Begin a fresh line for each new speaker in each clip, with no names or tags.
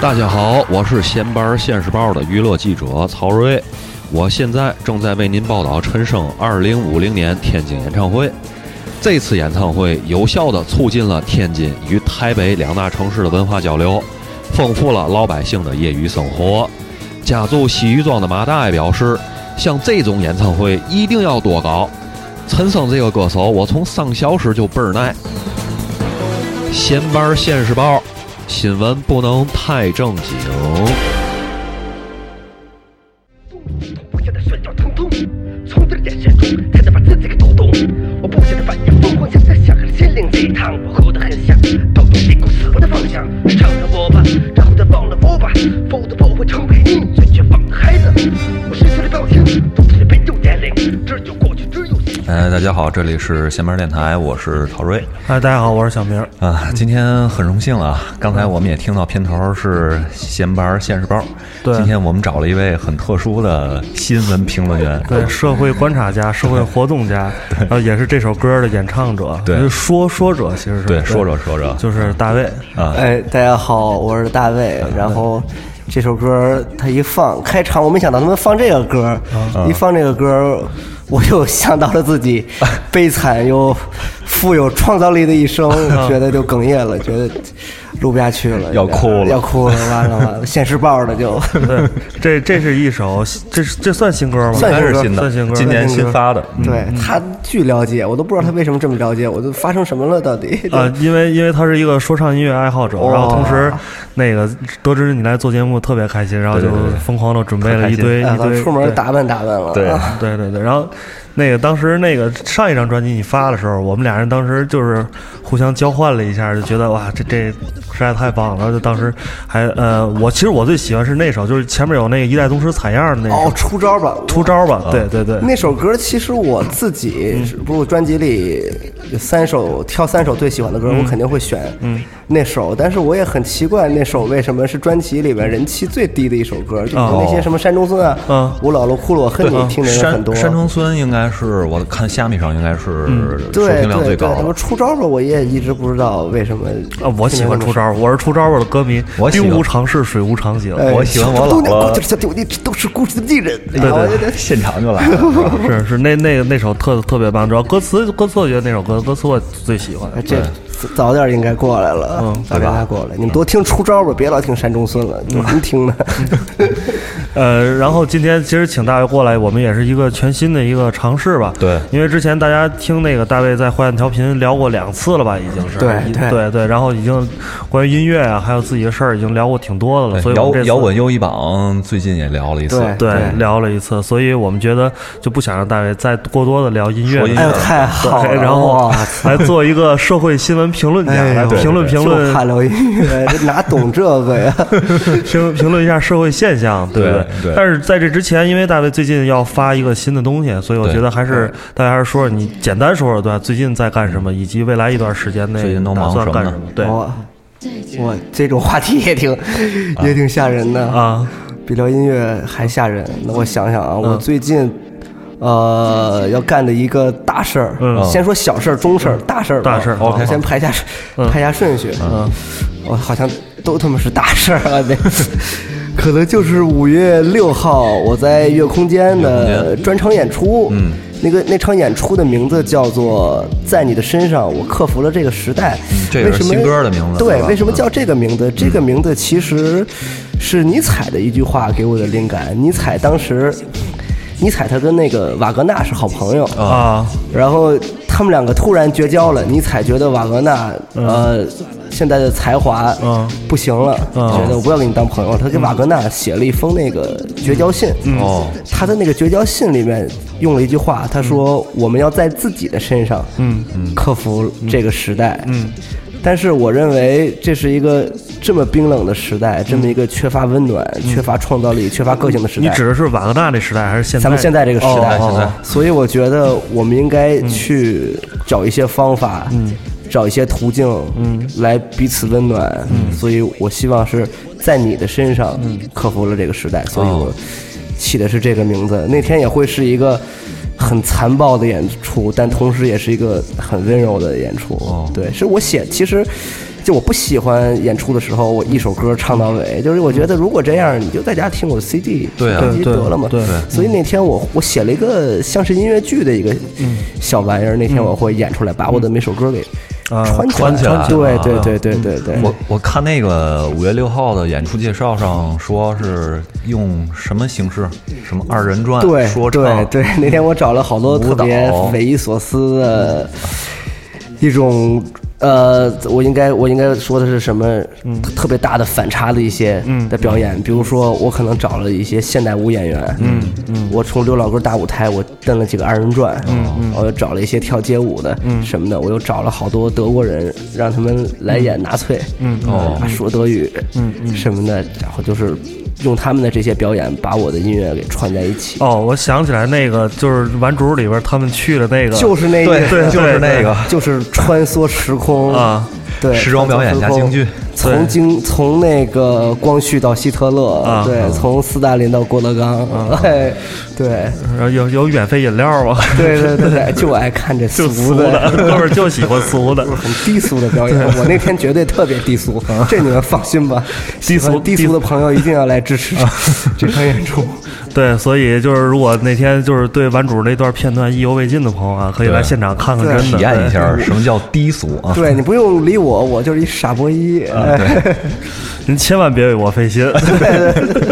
大家好，我是闲班现世报的娱乐记者曹睿，我现在正在为您报道陈升2050年天津演唱会。这次演唱会有效地促进了天津与台北两大城市的文化交流，丰富了老百姓的业余生活。家住西渔庄的马大爷表示，像这种演唱会一定要多搞。陈升这个歌手，我从上小时就倍儿爱。闲班现世报，新闻不能太正经。
我现在摔跤疼痛，从这眼神中看见把自己给抖动。我不想再反应疯狂，现在想喝心灵鸡汤，我喝得很香，抖动这股死亡的方向。唱着我吧，然后再忘了我吧，否则我会成为你最绝望的孩子。我失去了表情，总是被旧年龄，只有过去，只有现在。
哎，大家好，这里是闲班电台，我是陶瑞。
嗨，哎大家好，我是小明儿。
啊，今天很荣幸啊！刚才我们也听到片头是闲班现世报，
对
今天我们找了一位很特殊的新闻评论员，
对，社会观察
哎
家、社会活动家，然后也是这首歌的演唱者，
对
就是说说者，其实是
对说着说着
就是大卫。
啊，
哎，大家好，我是大卫。然后这首歌他一放开场，我没想到他们放这个歌，
啊
一放这个歌，我又想到了 自己悲惨又富有创造力的一生，觉得就哽咽了，觉得录不下去了，
啊要哭了
要哭了，完了 完了，现世报了就。
对，这这是一首，这是这算新歌吗？
算
应该是
新歌
新的，
算新歌
今年新发的。嗯
对他巨了解，我都不知道他为什么这么了解，我都发生什么了到底？
啊
呃，因为因为他是一个说唱音乐爱好者，
哇
哦
然后同时那个得知你来做节目特别开心，然后就
对对对
疯狂的准备了一堆
啊
一堆，
出门
对
打扮打扮了，
对，
啊
对对对，然后那个当时那个上一张专辑你发的时候，我们俩人当时就是互相交换了一下，就觉得哇，这这实在太棒了。就当时还呃，我其实我最喜欢是那首，就是前面有那个一代宗师采样的那
哦
首，
出招吧，
出招吧，对对对，
那首歌其实我自己，不是我专辑里有三首挑三首最喜欢的歌，
嗯
我肯定会选那首。但是我也很奇怪，那首为什么是专辑里边人气最低的一首歌？就
哦
跟那些什么山中村
嗯
啊、我姥姥哭了我恨你听的人很
山
多。
山城村应该
嗯
是我看虾米上应该是收
对
听量最
对对，
高
什么
的，
出招吧，我也一直不知道为什么
啊，我喜欢出。招，我是出招吧的歌迷
我，喜欢
兵无常势，水无常形，
哎
我喜欢我
小豆娘
姥姥
姑就是小丢，你都是故事的艺人。哎对
对
现场就 来了。
是是那那个那首特特别棒，主要歌词歌词我觉得那首歌歌词我最喜欢，
哎这早点应该过来了，
嗯
早点应该过来。你们多听出招吧，别老听山中孙了，你们 听呢？
呃，然后今天其实请大卫过来，我们也是一个全新的一个尝试吧。
对
因为之前大家听那个大卫在坏蛋调频聊过两次了吧，已经是。
对
一
对
对对，然后已经关于音乐啊，还有自己的事儿已经聊过挺多的了，所以我
摇
们这次
摇滚又一榜最近也聊了一次，
对
对
对
聊了一次，所以我们觉得就不想让大卫再过多的聊音乐
说音
了。
乐
哎呦，太好了！
对，然后
哇
来做一个社会新闻评论家，
哎呦
来评论评论
就 怕聊音乐，这哪懂这个呀？
评评论一下社会现象，对不
对对
但是在这之前，因为大卫最近要发一个新的东西，所以我
对
觉得还是大家还是说说你简单说说对吧？最近在干什么，以及未来一段时间
最
内
近都
打
忙
算
什么
干
呢
什么？对
我我这种话题也挺也挺吓人的，
啊，
比聊音乐还吓人。那我想想啊，我最近。呃，要干的一个大事儿，
嗯
先说小事儿、中事儿、大事儿吧。
大事儿，OK
先排下排下顺序。嗯，我好像都他妈是大事儿啊，那 可能就是五月六号我在月空间的专场演出。嗯，那个那场演出的名字叫做《在你的身上，我克服了这个时代》
这也
为
是
什么
新歌的名字对
对，
吧
为什么叫这个名字？这个名字其实是尼采的一句话给我的灵感。尼采当时，尼采他跟那个瓦格纳是好朋友
哦
啊，
然后他们两个突然绝交了。尼采觉得瓦格纳呃现在的才华
嗯
不行了，
嗯
觉得我不要跟你当朋友。他给瓦格纳写了一封那个绝交信。
嗯
哦
他的那个绝交信里面用了一句话，他说：“我们要在自己的身上，嗯，克服这个时代。”嗯。但是我认为这是一个这么冰冷的时代，这么一个缺乏温暖、缺乏创造力、缺乏个性的时代。
嗯你指的是瓦格纳那时代还是现在？
咱们现在这个时代，
哦现在嗯
所以我觉得我们应该去找一些方法，找一些途径，
嗯
来彼此温暖。所以我希望是在你的身上
嗯
克服了这个时代，所以
哦
我起的是这个名字。那天也会是一个很残暴
哦
的演出，但同时也是一个很温柔的演出。对，是我写，其实就我不喜欢演出的时候，我一首歌唱到尾，就是我觉得如果这样，你就在家听我的 CD，
对啊
手机
对
得了嘛。
对对
所以那天我我写了一个像是音乐剧的一个小玩意儿，那天我会演出来，把我的每首歌给
啊
穿
穿起来嗯
对
啊
对对对对对，
我我看那个五月六号的演出介绍上说是用什么形式，什么二人转、
对
说唱，
对对，那天我找了好多
舞
特别
蹈
匪夷所思的一种。呃，我应该我应该说的是什么？特特别大的反差的一些的表演，比如说我可能找了一些现代舞演员，嗯嗯，我从刘老根大舞台我蹬了几个二人转，嗯嗯，我又找了一些跳街舞的，嗯什么的，我又找了好多德国人让他们来演纳粹，嗯
哦
说德语，嗯嗯什么的，然后就是用他们的这些表演把我的音乐给串在一起，
哦，我想起来那个就是《顽主》里边他们去了那个，
就是那
嗯对
个
对
就
对
是那个
就是穿梭时空
啊，
对，
时装表演加京剧
穿梭时空，从京从那个光绪到希特勒，
啊
对，从斯大林到郭德纲，
啊
哎，对，
然后有有免费饮料吗？
对对对对，就爱看这
就
俗
俗
的
的，。 哥们儿就喜欢俗的。
很低俗的表演，我那天绝对特别低俗，
啊
这你们放心 吧。
低俗
喜欢低
低
俗的朋友一定要来支持
啊
这场演 出。
对，所以就是如果那天就是对顽主那段片段意犹未尽的朋友啊，可以来
对
现场看看，
对
真的
体验一下什么叫低俗啊！
对你不用理我，我就是一傻波一。
对，
您千万别为我费心。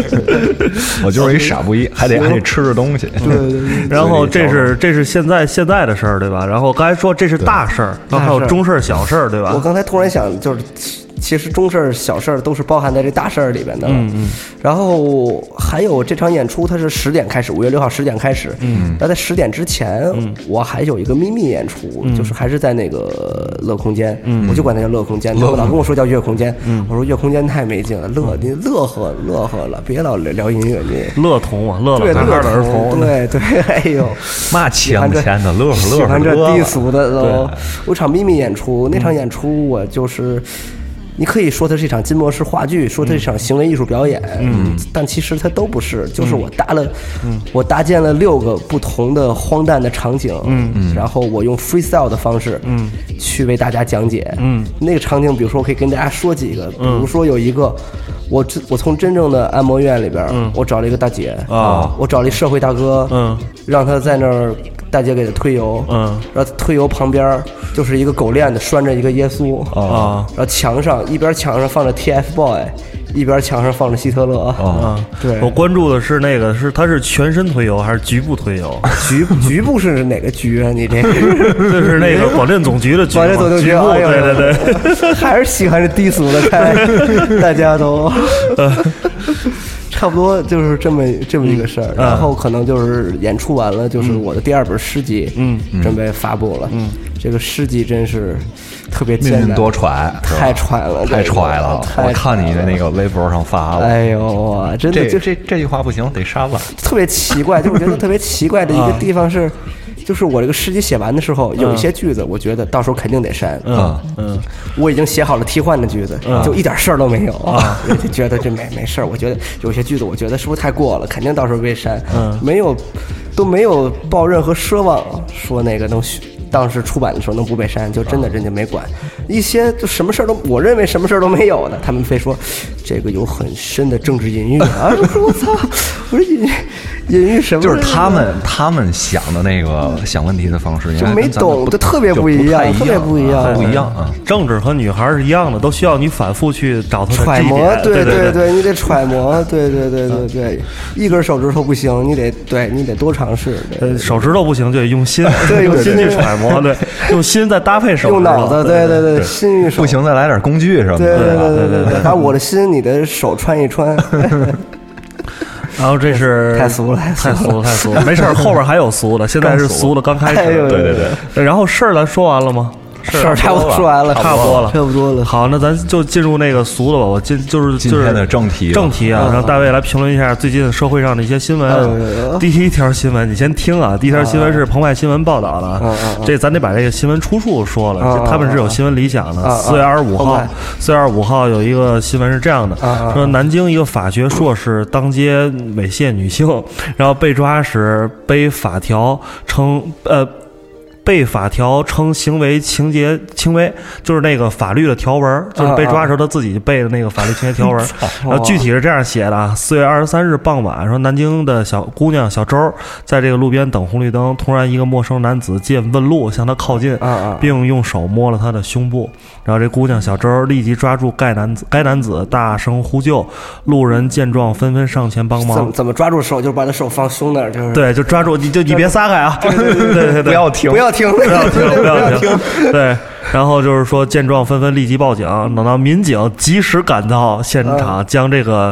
我就是一傻不一，还得还得吃着东西。
对对对
然后这是这是现在现在的事儿，对吧？然后刚才说这是大事
嗯
儿，然后还有中事儿、小事儿，对
我
吧？
刚才突然想，就是其其实中事儿、小事儿都是包含在这大事儿里边的。嗯嗯。然后还有这场演出，它是十点开始，五月六号十点开始。嗯。那在十点之前，我还有一个秘密演出，就是还是在那个乐空间，我就管它叫乐空间。他们老跟我说叫月空间，我说月空间太没劲了，乐你乐呵乐呵了，别老聊聊音乐你。
乐童啊，乐
对
老男孩
乐
儿的儿童，
对对，哎呦。
嘛钱不钱的，乐呵
喜
乐呵
欢这
乐呵
低俗的都。我场秘密演出，那场演出我就是，你可以说它是一场筋膜式话剧，说它是一场行为艺术表演，嗯，但其实它都不是，就是我搭了，我搭建了六个不同的荒诞的场景，嗯，然后我用 freestyle 的方式，嗯，去为大家讲解，嗯，那个场景，比如说我可以跟大家说几个，比如说有一个。我真我从真正的按摩院里边儿，我找了一个大姐
啊
我找了一社会大哥，
嗯，
让他在那儿，大姐给他推油，
嗯，
然后推油旁边儿就是一个狗链子拴着一个耶稣，
啊
然后墙上一边墙上放着 TFBOY，一边墙上放着希特勒，
啊！
哦，
对
我关注的是那个是他是全身推油还是局部推 油？
局局部是哪个局啊？你这 局
就是那个广电总局的局嘛，
完了左右
局部，
哎呦，
对对对。
对，还是喜欢这低俗的，看 来大家都。
呃
差不多就是这么这么一个
嗯
事儿，然后可能就是演出完了，就是我的第二本诗集，嗯，准备发布了，嗯，这个诗集真是特别艰
命
难，
运多舛，是吧
太舛了
太
这
舛
个
了！啊
太
我看你
舛
的
了
那个微博上发了，
哎呦，哇真的
这
就
这这句话不行，得删了。
特别奇怪，就我觉 得特别奇怪的一个地方是，
啊
就是我这个诗集写完的时候，有一些句子，我觉得到时候肯定得删。
嗯嗯，
我已经写好了替换的句子，
嗯
就一点事儿都没有，
啊
我就觉得这没没事儿。我觉得有些句子，我觉得是不是太过了，肯定到时候被删。
嗯
没有，都没有抱任何奢望，说那个能续。当时出版的时候能不被删，就真的人家没管。一些就什么事儿都，我认为什么事儿都没有的，他们非说这个有很深的政治隐喻啊！我说我操，我说隐隐喻什么？
就是他们他们想的那个想问题的方式，应
就
该
没
跟咱们
懂
不
就特别
就
不
不
一样
太
特别不一
啊
样哎
不一样啊！
政治和女孩儿是一样的，都需要你反复去找她的
揣
呃地
摩
点，
对
对
对，你得揣摩，对对对对对，一根手指头不行，你得对你得多尝试，对
呃，手指头不行就得用心，
对
用
用
心
心
去揣摩，对，用心再搭配手指头，
用脑子，对对对，
对
心与手
不，行，再来点工具什么
对
的，
对
吧？
对对对，把我的心你的手穿一穿，
然后这是
太俗了太俗
太
了
俗了，太俗了。没事儿，后边还有俗的，现在是俗的刚开
哎
始。
呦
对对
对。然后事儿咱说完了吗？
事儿差不多说完了，
差不多了，
差不多了。
好，那咱就进入那个俗的吧。我进就是
今
就是
天的正题吧
正题啊，让大卫来评论一下最近社会上的一些新闻。啊第一条新闻，你先听啊。第一条新闻是澎湃新闻报道的啊，这咱得把这个新闻出处说了。这他们是有新闻理想的。四月二十五号
澎湃，
四月二十五号有一个新闻是这样的，说南京一个法学硕士当街猥亵女性，然后被抓时背法条称呃。被法条称行为情节轻微，就是那个法律的条文，就是被抓的时候他自己背的那个法律情节条文。然后具体是这样写的啊：四月二十三日傍晚，说南京的小姑娘小周在这个路边等红绿灯，突然一个陌生男子借问路向她靠近
啊啊，
并用手摸了她的胸部。然后这姑娘小周立即抓住该男子，该男子大声呼救，路人见状纷纷上前帮
怎
忙
么。怎么抓住手，就是把他手放胸那儿，就是
对，就抓住你，就你别撒开啊！对对 对对，
不要停
不，要停，不要
停，不要停。对，然后就是说，见状纷纷立即报警。等到民警及时赶到现场，将这个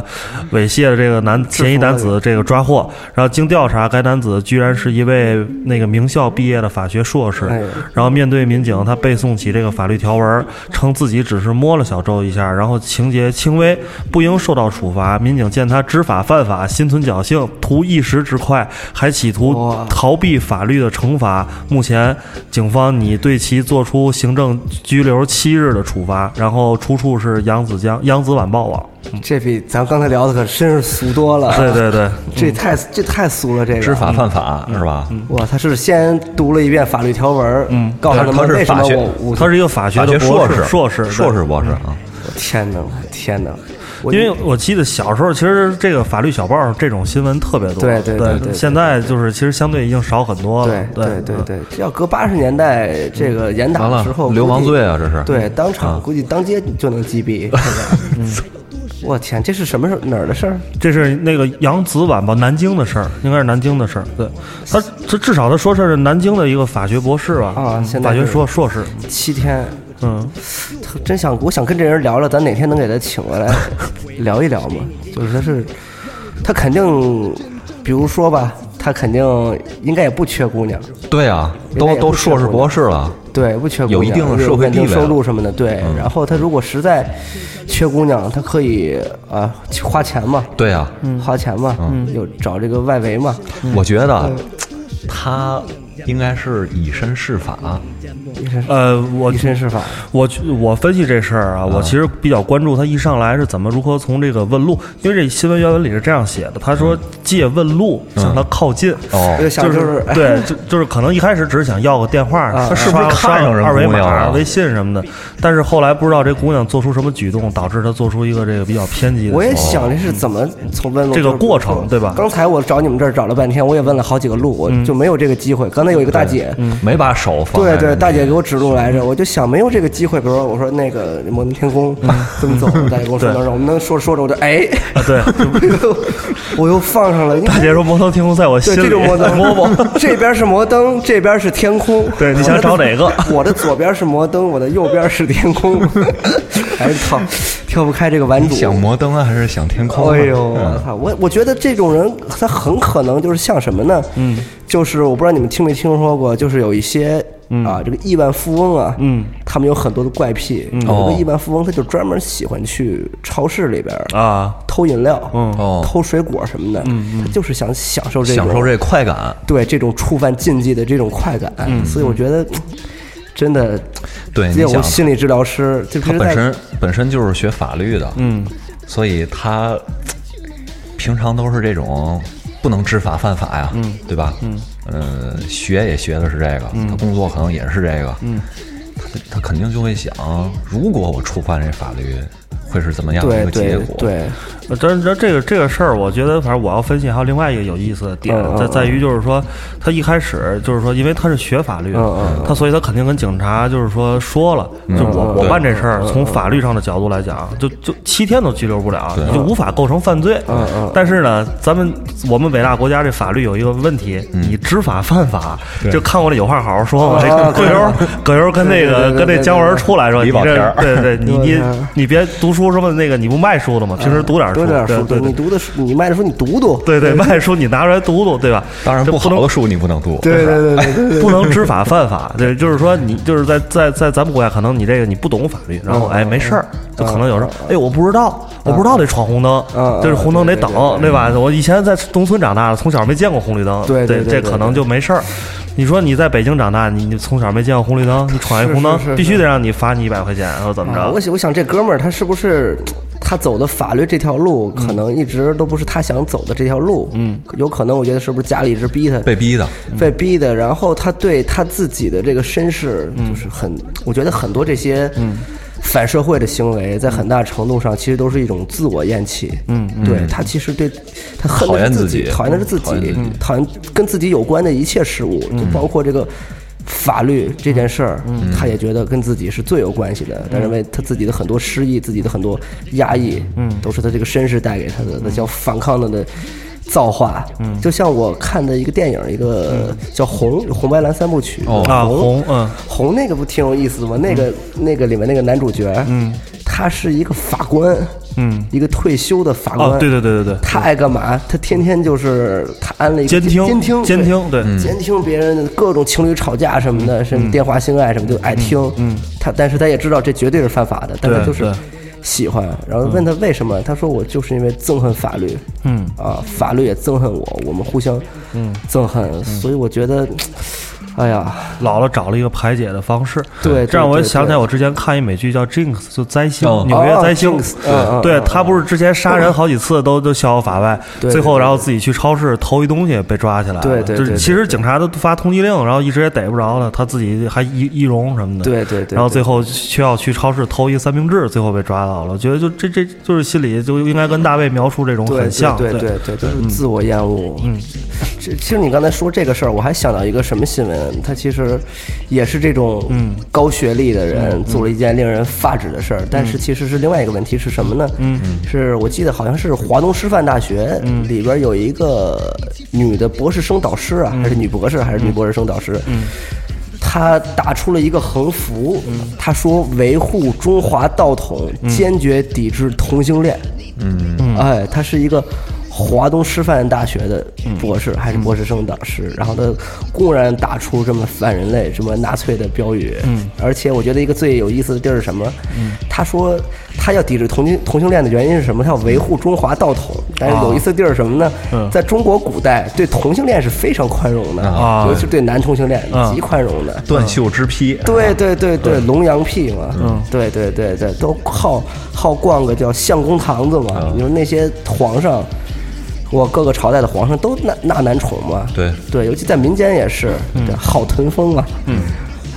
猥亵的这个男嫌疑男子这个抓获。然后经调查，该男子居然是一位那个名校毕业的法学硕士
哎呦。
然后面对民警，他背诵起这个法律条文，称自己只是摸了小周一下，然后情节轻微，不应受到处罚。民警见他知法犯法，心存侥幸，图一时之快，还企图
哇
逃避法律的惩罚。目前，警方拟对其作出行政拘留七日的处罚。然后出处是扬子江扬子晚报网。
这比咱刚才聊的可真是俗多了。
呃
对，对对，
这太这太俗了，这个
知法犯法
嗯
是吧？
哇，他是先读了一遍法律条文，嗯，告诉他
他
们
是
为什么
法学
我我
他是一个法学
法
的
学
博
士、
硕士，
硕
对
士、博士
嗯
啊，
天哪，天哪！我
因为我记得小时候，其实这个法律小报这种新闻特别多。
对对对对对
现在就是其实相对已经少很多了嗯
对。对对对，这要搁八十年代这个严打
嗯完
的
了
时候，
流氓
估计
罪啊这是嗯
对，当场估计当街就能击毙。是 吧嗯我天，这是什么时候哪儿的事儿？
这是那个《扬子晚报》南京的事儿，应该是南京的事儿。对，他这至少他说是南京的一个法学博士吧？
啊现在
法学
是
硕硕士。
七天，
嗯，
他真想，我想跟这人聊聊，咱哪天能给他请过 来聊一聊嘛？就是他是，他肯定，比如说吧，他肯定应该也不缺姑娘，
对啊，
应该
都
也
都
嗯哎不缺嗯
硕士
姑娘
博士了，
对，不缺姑娘，
有一定的
有
社会
稳定
地位
收
了嗯
入什么的，对。然后他如果实在缺姑娘，他可以啊花钱嘛，
对啊，
花钱嘛，
嗯
有找这个外围嘛，
我觉得他应该是以身试法，
呃，我
哦
以身试法。
我去我分析这事儿
嗯
啊，我其实比较关注他一上来是怎么如何从这个问路，因为这新闻原文里是这样写的，他说借问路向他靠近。
嗯哦
我就想
就是是对，就就是可能一开始只是想要个电话，
啊
刷
是不是
刷
看上人
二维
姑娘啊
码、
了
微信什 么的？但是后来不知道这姑娘做出什么举动，导致她做出一个这个比较偏激的行为。
我也想这是怎么从问路
这个过程
就是
对吧
嗯刚才我找你们这儿找了半天，我也问了好几个路，我就没有这个机会。刚才有一个大姐，
没把手放在
对对，大姐给我指路
嗯
来着，我就想没有这个机会。比如说，我说那个摩登天空怎么走，大姐跟我说那儿，我们能说着说着我就哎，
啊，对，
我又放上了。因为
大姐说摩登天空在 我心
对，
里，
这 就是摩登，
摸摸。
这边是摩登，这边是天空。
对你想找哪个
我的？我的左 边是摩登，我的右边是天空。 哎操，跳不开这个玩主。
想摩登啊，还是想天空啊？
哎呦，我
嗯
操！我我觉得这种人，他很可能就是像什么呢？嗯，就是我不知道你们听没听说过，就是有一些
嗯
啊，这个亿万富翁啊，嗯，他们有很多的怪癖。
嗯
有
哦
个亿万富翁，他就专门喜欢去超市里边
啊
偷饮料，嗯
哦
偷水果什么的，嗯他就是想享受这种
享受这快感。
对这种触犯禁忌的这种快感，所以我觉得真的，
对
得
你
有
想
心理治疗师，这
他
不是
本
在
身本身就是学法律的，嗯，所以他平常都是这种不能知法犯法呀，嗯，对吧？嗯，呃，学也学的是这个，
嗯
他工作可能也是这个，嗯，他他肯定就会想，如果我触犯这法律，会是怎么样的
对
一个结
对
果？
对，
呃但是这个这个事儿，我觉得反正我要分析还有另外一个有意思的点
嗯嗯，
在
嗯
在于就是说，他一开始就是说，因为他是学法律
嗯嗯
的，他所以他肯定跟警察就是说说了，
嗯
就我我办这事
嗯
儿，从法律上的角度来讲，就就七天都拘留不了，你就无法构成犯罪。
嗯
但是呢，咱们我们伟大国家这法律有一个问题，
嗯
你知法犯法，就看我这有话好好说吧。这
啊
葛优葛优跟那个
对对对
跟那姜文出来说，
李
你
保
这
田儿
对对，你你
对啊嗯对
你别读书什么那个，你不卖书了吗？平时读点书，
多点书，
对
你
对
读的书，你卖的书你读读，
对对，卖书你拿出来读读，对吧？
当然
这
不
不
好
能
的书你不能读，
对对对对对。
不能知法犯法，对，就是说你就是在在在咱们国家，可能你这个你不懂法律，然后
嗯
哎没事儿，就可能有时候哎我不知道，我不知道得闯红灯
嗯嗯，
就是红灯得等，对吧？我以前在农村长大的，从小没见过红绿灯，
对对
对，
对
这
对
可能就没事儿。你说你在北京长大，你你从小没见过红绿灯，你闯一红灯
是是是
必须得让你罚你一百块钱，然后怎么
啊
着
我？想，我想这哥们儿他是不是他走的法律这条路，可能一直都不是他想走的这条路。嗯，有可能我觉得是不是家里一直逼他，
被逼的。
被逼的，然后他对他自己的这个身世，就是很，我觉得很多这些反社会的行为，在很大程度上其实都是一种自我厌弃。嗯，对他其实对他恨
讨
的
厌
是
自
自
己
讨厌的是自
讨厌自
己
己，
讨厌跟自己有关的一切事物，就
嗯
包括这个。法律这件事儿，他也觉得跟自己是最有关系的。他
嗯
认为他自己的很多失意，自己的很多压抑，嗯，都是他这个身世带给他
嗯
的，那叫反抗的的造化。嗯，就像我看的一个电影，一个叫《红红白蓝三部曲》
哦
嗯啊红嗯
红那个不挺有意思的吗？那个、那个里面那个男主角，嗯，他是一个法官，嗯，一个退休的法官，
哦，对对对对对，
他爱干嘛？他天天就是他安了一个
监听
监听
监听对嗯
监听别人的各种情侣吵架什么的，什么电话性爱什么就爱听。嗯，他但是他也知道这绝对是犯法的，但他
对
就是
对嗯
喜欢。然后问他为什么，他说我就是因为憎恨法律。嗯啊，法律也憎恨我，我们互相嗯憎恨，所以我觉得，哎呀，
姥姥找了一个排解的方式。
对对
这让我
对
想起来，
对
我之前看一美剧叫《Jinx》，就灾星
哦，
纽约
哦
灾星
Jinx，嗯嗯。
对他不是之前杀人好几次都都逍遥法外，
对
最后
对
然后自己去超市偷一东西被抓起来了。
对对
就
对
是
对
其实警察都发通缉令，然后一直也逮不着他，他自己还易易容什么的。
对对对
然后最后需要去超市偷一三明治，最后被抓到了。我觉得就这这就是心里就应该跟大卫描述这种
对
很像。
对对对，就是自我厌恶。嗯，这其实你刚才说这个事儿，我还想到一个什么新闻，他其实也是这种高学历的人做了一件令人发指的事儿，但是其实是另外一个问题是什么呢？嗯，是我记得好像是华东师范大学里边有一个女的博士生导师啊，还是女博士还是女博士生导师，嗯。他打出了一个横幅，他说：“维护中华道统，坚决抵制同性恋。”嗯，哎，他是一个华东师范大学的博士，还是博士生导师，然后他公然打出这么反人类、这么纳粹的标语。嗯，而且我觉得一个最有意思的地儿是什么？嗯，他说他要抵制同性同性恋的原因是什么？他要维护中华道统。但是有意思的地儿是什么呢？在中国古代，对同性恋是非常宽容的，
啊
尤其是对男同性恋极宽容的。
嗯断袖之嗯披，
对对对对，龙阳屁嘛，
嗯
对对对对，都好好逛个叫相公堂子
嗯
嘛。你说那些皇上，我各个朝代的皇上都纳纳男宠嘛，
对嗯
对，尤其在民间也是，对好屯风啊。嗯，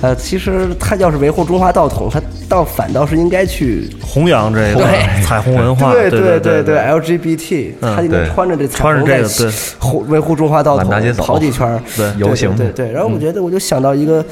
呃，其实他要是维护中华道统，他倒反倒是应该去。
弘扬这个
对
彩虹文化。
对
对
对
对，嗯
，LGBT，他应该
对
穿着这彩
穿着
虹
这个
在
对
护维护中华道
满
统
大街走
跑几圈儿，
对
对
游行
对对。然后
嗯
我觉得我就想到一个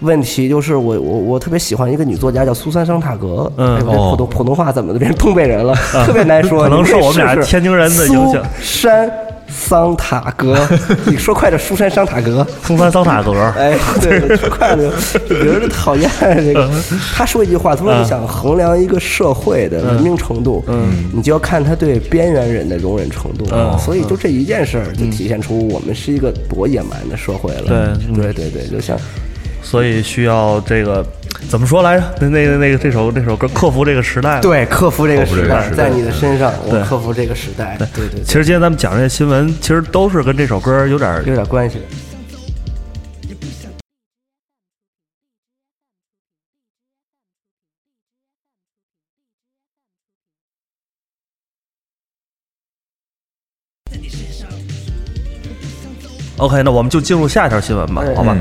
问题，就是我我我特别喜欢一个女作家叫苏珊·桑塔格，
嗯
哎我这
哦
普通普通话怎么的变成东北人了，特别难说，
可能
你
受我们
试
俩
试
天津人的影响
苏珊·桑塔 格，你说快点，苏珊·桑塔格。
松山桑塔格。
哎，对，说快乐，有人讨厌啊这个。 他说一句话，他说你想衡量一个社会的文明程度，嗯，你就要看他对边缘人的容忍程度。啊所以就这一件事儿，就体现出我们是一个多野蛮的社会了。
对
对，对，对，对，就像
所以需要这个怎么说来着？那那个那个这首这首歌克服这个时代。。
对克服这个时
克
代，
服这个时代
在你的身上，我
对
克服这个时代。对对，
其实今天咱们讲这些新闻，其实都是跟这首歌有点儿
对有点关系。
OK，那我们就进入下一条新闻吧，
哎
好吧？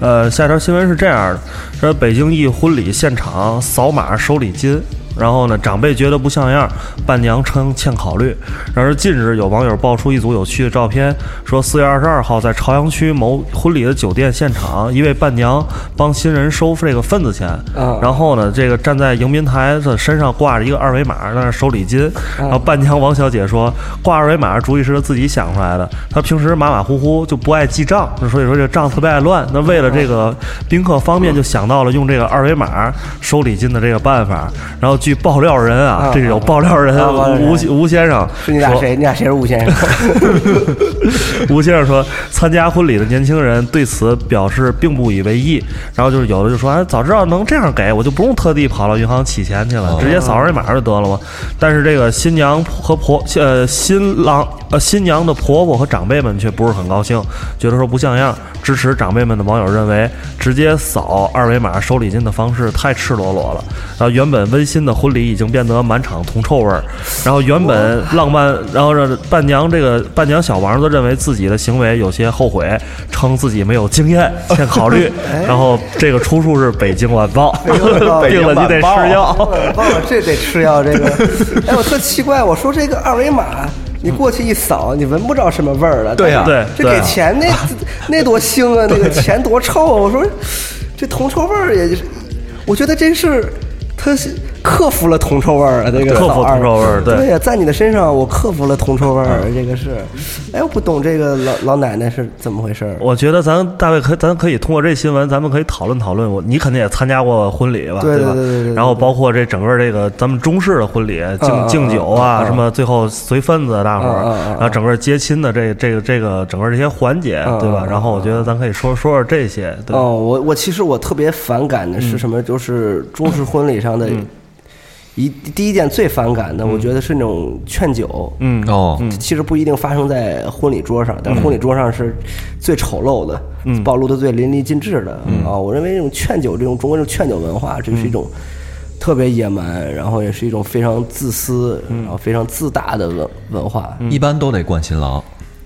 呃，下一条新闻是这样的：说北京一婚礼现场扫码收礼金，然后呢，长辈觉得不像样，伴娘称欠考虑。然而，近日有网友爆出一组有趣的照片，说四月二十二号在朝阳区某婚礼的酒店现场，一位伴娘帮新人收这个份子钱，
啊
然后呢，这个站在迎宾台的身上挂着一个二维码，在那儿收礼金。
嗯
然后伴娘王小姐说，挂二维码主意是她自己想出来的，她平时马马虎虎就不爱记账，所以说这个账特别爱乱。那为了这个宾客方便，就想到了用这个二维码收礼金的这个办法。然后据爆料人啊，
啊
这是有爆料人
啊啊爆料人
吴吴先生
是你俩
说
谁？你俩谁是吴先生？
吴先生说，参加婚礼的年轻人对此表示并不以为意，然后就是有的就说，哎，早知道能这样给，我就不用特地跑到银行取钱去了，直接扫二维码就得了嘛。但是这个新娘和婆呃新郎呃新娘的婆婆和长辈们却不是很高兴，觉得说不像样。支持长辈们的网友认为，直接扫二维码收礼金的方式太赤裸裸了。然后原本温馨的的婚礼已经变得满场铜臭味儿。然后原本浪漫，然后让伴娘这个伴娘小王都认为自己的行为有些后悔，称自己没有经验，先考 虑。然后这个出处是《哎 北京晚报》
呦，
病了你得吃 药。
嗯忘了这得吃 药这个。哎，我特奇怪，我说这个二维码。你过去一扫，你闻不着什么味儿了。
对呀
但是这
对啊
给 钱那那多腥啊，那个钱多臭啊！我说这铜臭味儿，也就是，我觉得这是他是克服了铜臭味儿啊，这个
克服
扫二
铜臭味儿对
对呀，在你的身上我克服了铜臭味儿，这个是，哎，我不懂这个老老奶奶是怎么回事儿。
我觉得咱大卫可咱可以通过这新闻，咱们可以讨论讨论。我你肯定也参加过婚礼吧，
对
吧？
对对对对对
然后包括这整个这个咱们中式的婚礼，敬
嗯
敬酒
嗯
啊，
嗯
什么最后随份子，大伙儿，
嗯嗯嗯
然后整个接亲的这这个这个整个这些环节，
嗯
对吧
嗯？嗯
然后我觉得咱可以说说说这些，对嗯吧，
哦，我我其实我特别反感的是什么？就是中式婚礼上的
嗯
一第一件最反感的，我觉得是那种劝酒。
嗯
哦，
其实不一定发生在婚礼桌上，但婚礼桌上是最丑陋的，
嗯
暴露的最淋漓尽致的啊！我认为这种劝酒，这种中国这种劝酒文化，这是
嗯
一种特别野蛮，然后也是一种非常自私，
嗯
然后非常自大的文文化。
一般都得冠新郎，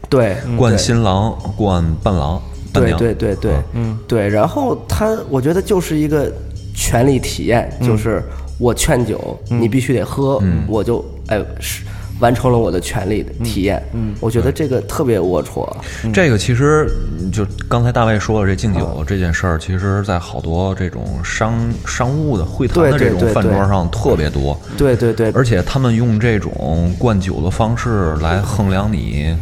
对，
冠
嗯对
新郎，冠伴郎，伴
对
娘。啊
对对对，嗯，对。然后他，我觉得就是一个权力体验，就是
嗯
我劝酒，你必须得喝，我就哎是完成了我的权利的体验。嗯，我觉得这个特别龌龊。啊
这个其实嗯就刚才大卫说了，这敬
嗯
酒这件事儿，其实，在好多这种商商务的会谈的
对
这
对
种
对
饭
对嗯
桌上特别多。
对对对，
而且他们用这种灌酒的方式来衡量你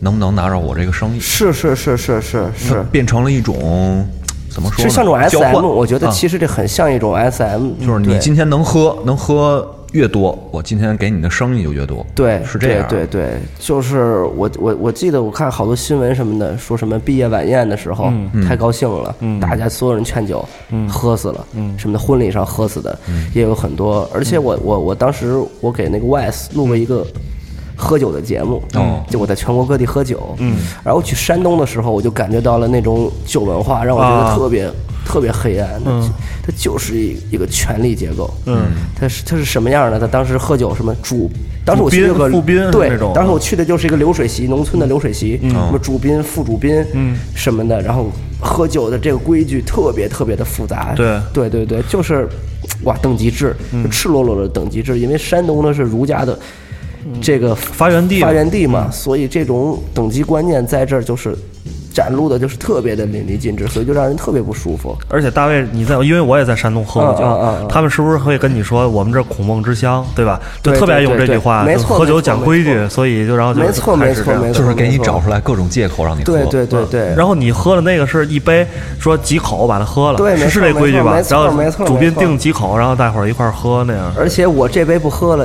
能不能拿着我这个生意，
是是是是是是。
变成了一种怎么说
其实像这
呢？
种
交
SM，
换
我觉得
啊
其实这很像一种 SM，
就是你
对
今天能喝，能喝越多，我今天给你的生意就越多。
对，
是这样。
对对对，就是我我我记得我看好多新闻什么的，说什么毕业晚宴的时候、太高兴了，大家所有人劝酒，喝死了，什么的婚礼上喝死的、也有很多。而且我我我当时我给那个 YS 录过一个。喝酒的节目，就我在全国各地喝酒，嗯，然后去山东的时候，我就感觉到了那种酒文化，让我觉
啊
得特别、特别黑暗。嗯，它就是一一个权力结构，嗯，它是它是什么样的？他当时喝酒什么主，当时我去
主宾
这个
副宾
对
那种，嗯
当时我去的就是一个流水席，农村的流水席，什么主宾、副主宾，嗯，什么的，然后喝酒的这个规矩特别特别的复杂，
对嗯
对对对，就是哇，等级制，就赤裸裸的等级制，因为山东呢是儒家的这个
嗯发源地嘛嗯
发源地嘛，所以这种等级观念在这儿就是展露的，就是特别的淋漓尽致，所以就让人特别不舒服。
而且大卫，你在，因为我也在山东喝过酒，
嗯嗯嗯嗯
他们是不是会跟你说我们这儿孔孟之乡，对吧？就
对
特别爱用
对
这
对
句话，
没错
喝酒
没错
讲
没
规矩，
错
所以就然后就
没错
开
没
始
错
这样嗯
没错，
就是给你
没错
找出来各种借口让你喝。
对对对对，
然后你喝的那个是一杯，说几口把它喝了，
对没
是
错
是这规矩吧？
没错
然
没
后
错
主宾
没错
定几口，然后大伙儿一块儿喝那样。
而且我这杯不喝了，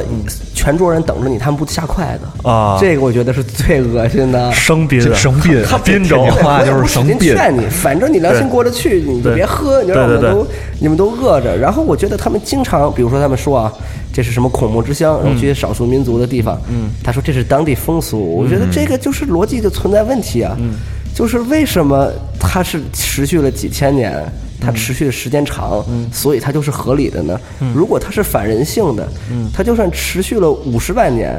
全桌人等着你，他们不下筷子
啊
这个我觉得是最恶心的。
生宾
这
啊，
生病，
他
这
宾州
天津
我
话
也
就
不
是
使
生
劲
病。
劝你，反正你良心过得去，你就
对
别喝，你就让我
对
们
对
都你们都饿着。然后我觉得他们经常，比如说他们说啊，这是什么孔孟之乡，然后去少数民族的地方，嗯，他说这是当地风俗，我觉得这个就是逻辑就存在问题啊，嗯，就是为什么它是持续了几千年？它持续的时间长，所以它就是合理的呢。如果它是反人性的，它就算持续了五十万年，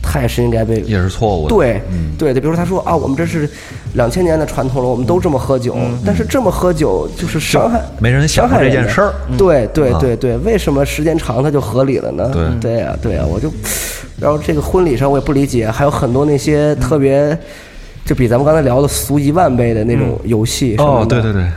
它也是应该被
也是错误的。嗯
对，对对，比如说他说啊，我们这是两千年的传统了，我们都这么喝酒，但是这么喝酒就是伤害，
嗯没人想
伤害
过这
人
件
的
事儿嗯
对对对对，为什么时间长它就合理了呢？
对
对呀对呀，我就，然后这个婚礼上我也不理解，还有很多那些特别。就比咱们刚才聊的俗一万倍的那种游戏什么
哦，
的
对对对，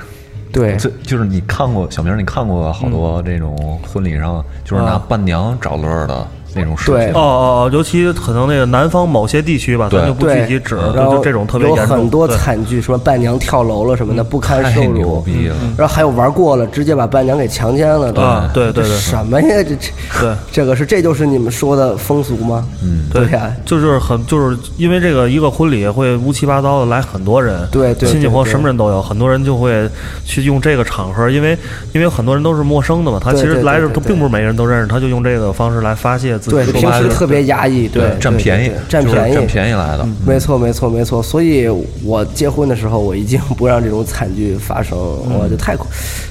对
这就是你看过小明，你看过好多
嗯
这种婚礼上，就是拿伴娘找乐儿的那种事
啊对
情。
哦哦哦，尤其可能那个南方某些地区吧，咱
对
就不具
对，
体指，
然
就
后
就这种特别
有
严重。
很多
对
惨剧，什么伴娘跳楼了什么的，不堪受
嗯太牛
辱，嗯
逼了！
然后还有玩过了，直接把伴娘给强奸了的
啊对对对
这什么呀？这这
对
这个是这就是你们说的风俗吗？嗯，对呀、
就是很就是因为这个一个婚礼会乌七八糟的来很多人，
对对
亲戚
对
朋友
对
什么人都有，很多人就会去用这个场合，因为因为很多人都是陌生的嘛，他
对
其实
对
来
对
这
对
都
对
并不是每个人都认识，他就用这个方式来发泄自己
对，
说
平
白
时
了
特别压抑，对，对
占便宜
对，占
就是
便宜，嗯
占便宜来的。
没错，没错，没错。所以我结婚的时候，我已经不让这种惨剧发生，我就太恐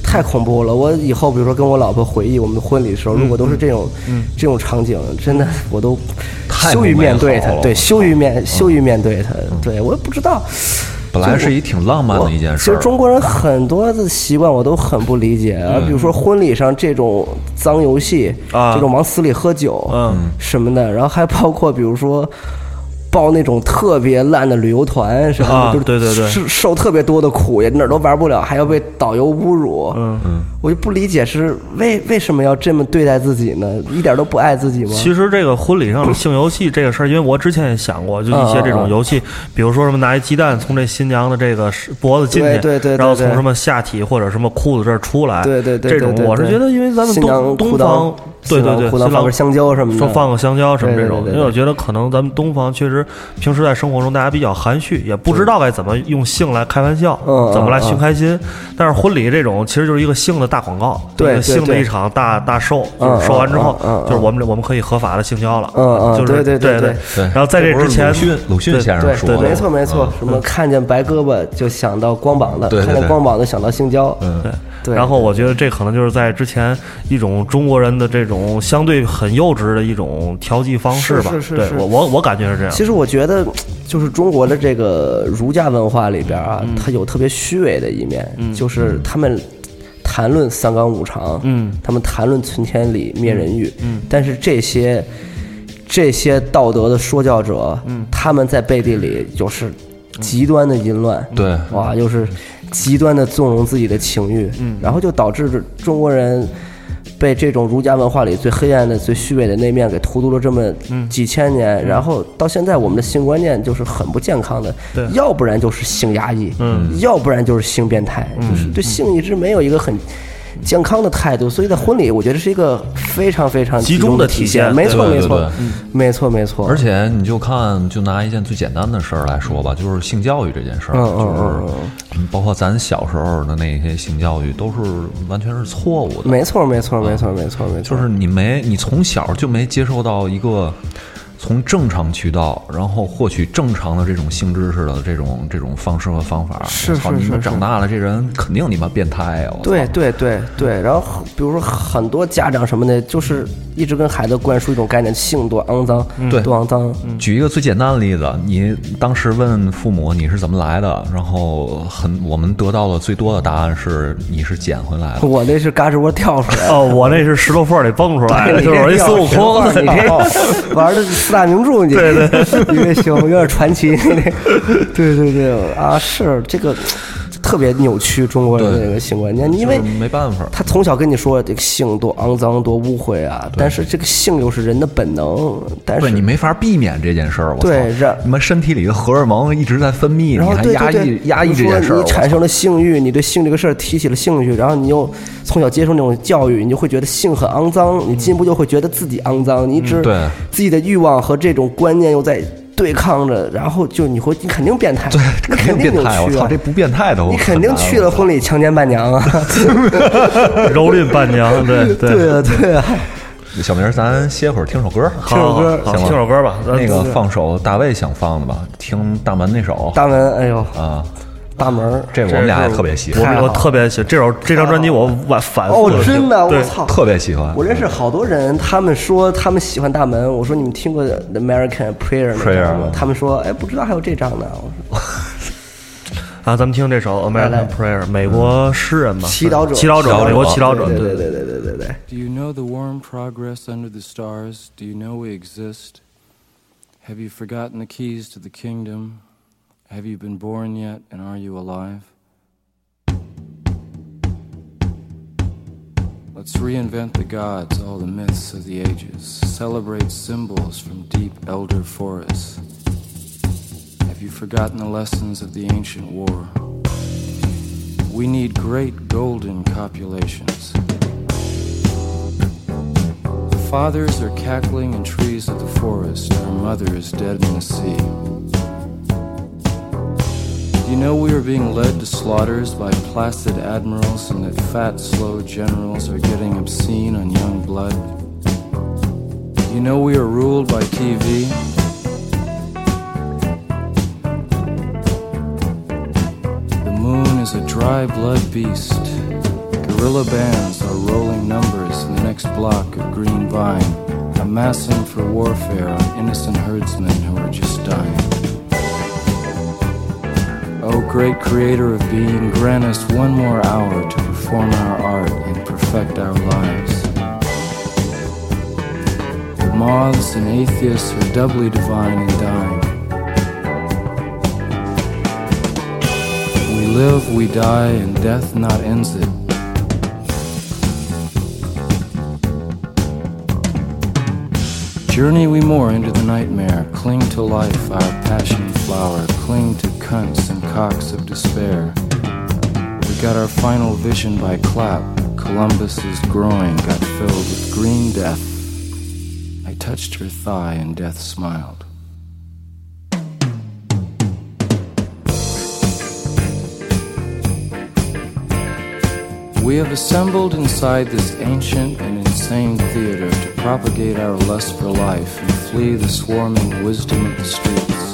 太恐怖了。我以后比如说跟我老婆回忆我们婚礼的时候，如果都是这种这种场景，真的我都
太
羞于
不美
面对
好
它
了，
对，羞于面羞于面对它，对我也不知道。
本来是一挺浪漫的一件事
其
儿
实，中国人很多的习惯我都很不理解，啊，比如说婚礼上这种脏游戏，
啊
这种往死里喝酒，
嗯，
什么的，然后还包括比如说。报那种特别烂的旅游团什么的，
啊
就是
对对对
是受特别多的苦，也哪儿都玩不了，还要被导游侮辱。嗯嗯，我就不理解是为为什么要这么对待自己呢？一点都不爱自己吗？
其实这个婚礼 上性游戏这个事儿，因为我之前也想过，就一些这种游戏，比如说什么拿一鸡蛋从这新娘的这个脖子进去，
啊对对对对
然后从什么下体或者什么裤子这儿出来，
对对对对
这种
对对
我是觉得，因为咱们
新
东
娘
东
裤裆
方，对对对，
新娘裤
新
裆
郎
放个香蕉什么的
说放个香蕉什么这种，
对对对对对
因为我觉得可能咱们东方确实平时在生活中大家比较含蓄，也不知道该怎么用性来开玩笑
嗯，
怎么来
嗯
寻
嗯
开心，但是婚礼这种其实就是一个性的大广告，
对
一个
对
性的
对
一场大大寿，就
嗯
是说完之后
嗯嗯嗯
就是我们我们可以合法的性交了。
嗯嗯
就是
对对
对
对
对
然后在这之前，
这不是鲁迅鲁迅
对
先
对
生
对，
说的，
没错没错，什么看见白胳膊就想到光膀子，
对对
看见
对
光膀子想到性交，嗯，对。
然后我觉得这可能就是在之前一种中国人的这种相对很幼稚的一种调剂方式吧。
是是是
对
是啊
我我我感觉是这样。
其实我觉得，就是中国的这个儒家文化里边啊，它有特别虚伪的一面，就是他们谈论三纲五常，嗯，他们谈论存天理灭人欲，嗯，但是这些这些道德的说教者，嗯，他们在背地里就是极端的淫乱，
对
哇，又是极端的纵容自己的情欲，嗯，然后就导致中国人。被这种儒家文化里最黑暗的、最虚伪的那面给荼毒了这么
嗯
几千年，然后到现在我们的性观念就是很不健康的，
对嗯
要不然就是性压抑，要不然就是性变态，就是对性一直没有一个很。健康的态度，所以在婚礼，我觉得是一个非常非常
集
集
中
中
的
的
体
体
现
没错，
对
没
对对
错
对，
嗯没错，没错。
而且你就看，就拿一件最简单的事儿来说吧，就是性教育这件事儿，
嗯嗯嗯
就是嗯包括咱小时候的那些性教育，都是完全是错误的。
没错，没错，没错，没错，没错，
就是你没，你从小就没接受到一个从正常渠道，然后获取正常的这种性知识的这种这种方式和方法。
是
我操
是
你们
是
长
是
大了，这人肯定你妈变态啊呀！我操
对对对对，然后很比如说很多家长什么的，就是一直跟孩子灌输一种概念，性多肮脏，
对
多肮脏，
举一个最简单的例子，你当时问父母你是怎么来的，然后很我们得到的最多的答案是你是捡回来的。
我那是嘎吱窝跳出 来的。
哦，我那是石头缝儿里蹦出来的，哎 就是我一孙悟空。
你 这玩的四大名著，你对对，你这行有点传奇，你这对对对啊，是这个特别扭曲中国人的这个性观念，因为
就是没办法，
他从小跟你说这个性多肮脏多污秽啊，但是这个性又是人的本能，但
对
是
你没法避免这件事儿。我操
对是
你们身体里的荷尔蒙一直在分泌，
然
你
后
还
对
压
对对
抑，压抑
比
这
如说
件事儿。
你产生了性欲，你对性这个事儿提起了兴趣，然后你又从小接受那种教育，你就会觉得性很肮脏，你进一步就会觉得自己肮脏，你一直
嗯对
自己的欲望和这种观念又在对抗着，然后就你会你肯定变态，对
我操 肯定
定
变态！
扭
我
曲
操，
啊
这。不啊变态都
你肯定去了婚礼强奸伴娘 啊！
蹂躏伴娘，对对
对啊，对啊，
礼。小明儿，咱歇会儿，听首歌儿。
听首歌，好
行
听
吗
首歌吧。咱
那个放首大卫想放的吧，听大门那首
大门，哎呦，
啊，
大门儿，
这我们俩也特别喜
我
欢，
呃我特别喜欢这首这张专辑，我反反复
哦
地，听
真的，
对
我操，
特别喜欢。
我认识好多人，他们说他们喜欢大门。我说你们听过 The American Prayer 那
Prayer
张吗
吗？
他们说哎，不知道还有这张呢。我说
啊！咱们听这首《American
来
Prayer》，美国诗人嘛，
祈祷者
祈祷
祈祷
者，
者
美国祈祷者，
对
对
对对对对对对。
Do you know the warm progress under the stars? Do you know we exist? Have you forgotten the keys to the kingdom? Have you been born yet, and are you alive? Let's reinvent the gods, all the myths of the ages. Celebrate symbols from deep elder forests. Have you forgotten the lessons of the ancient war? We need great golden copulations. The fathers are cackling in trees of the forest. Our mother is dead in the sea. Do you know we are being led to slaughters by placid admirals and that fat, slow generals are getting obscene on young blood? Do You know, we are ruled by TV. The moon is a dry blood beast. Guerrilla bands are rolling numbers in the next block of green vine, amassing for warfare on innocent herdsmen who are just dying. O great creator of being, grant us one more hour to perform our art and perfect our lives. The moths and atheists are doubly divine and dying. We live, we die, and death not ends it. Journey we more into the nightmare, cling to life, our passion flower, cling to cunts and cocks of despair. We got our final vision by clap, Columbus's groin got filled with green death. I touched her thigh and death smiled. We have assembled inside this ancient and insane theater to propagate our lust for life and flee the swarming wisdom of the streets.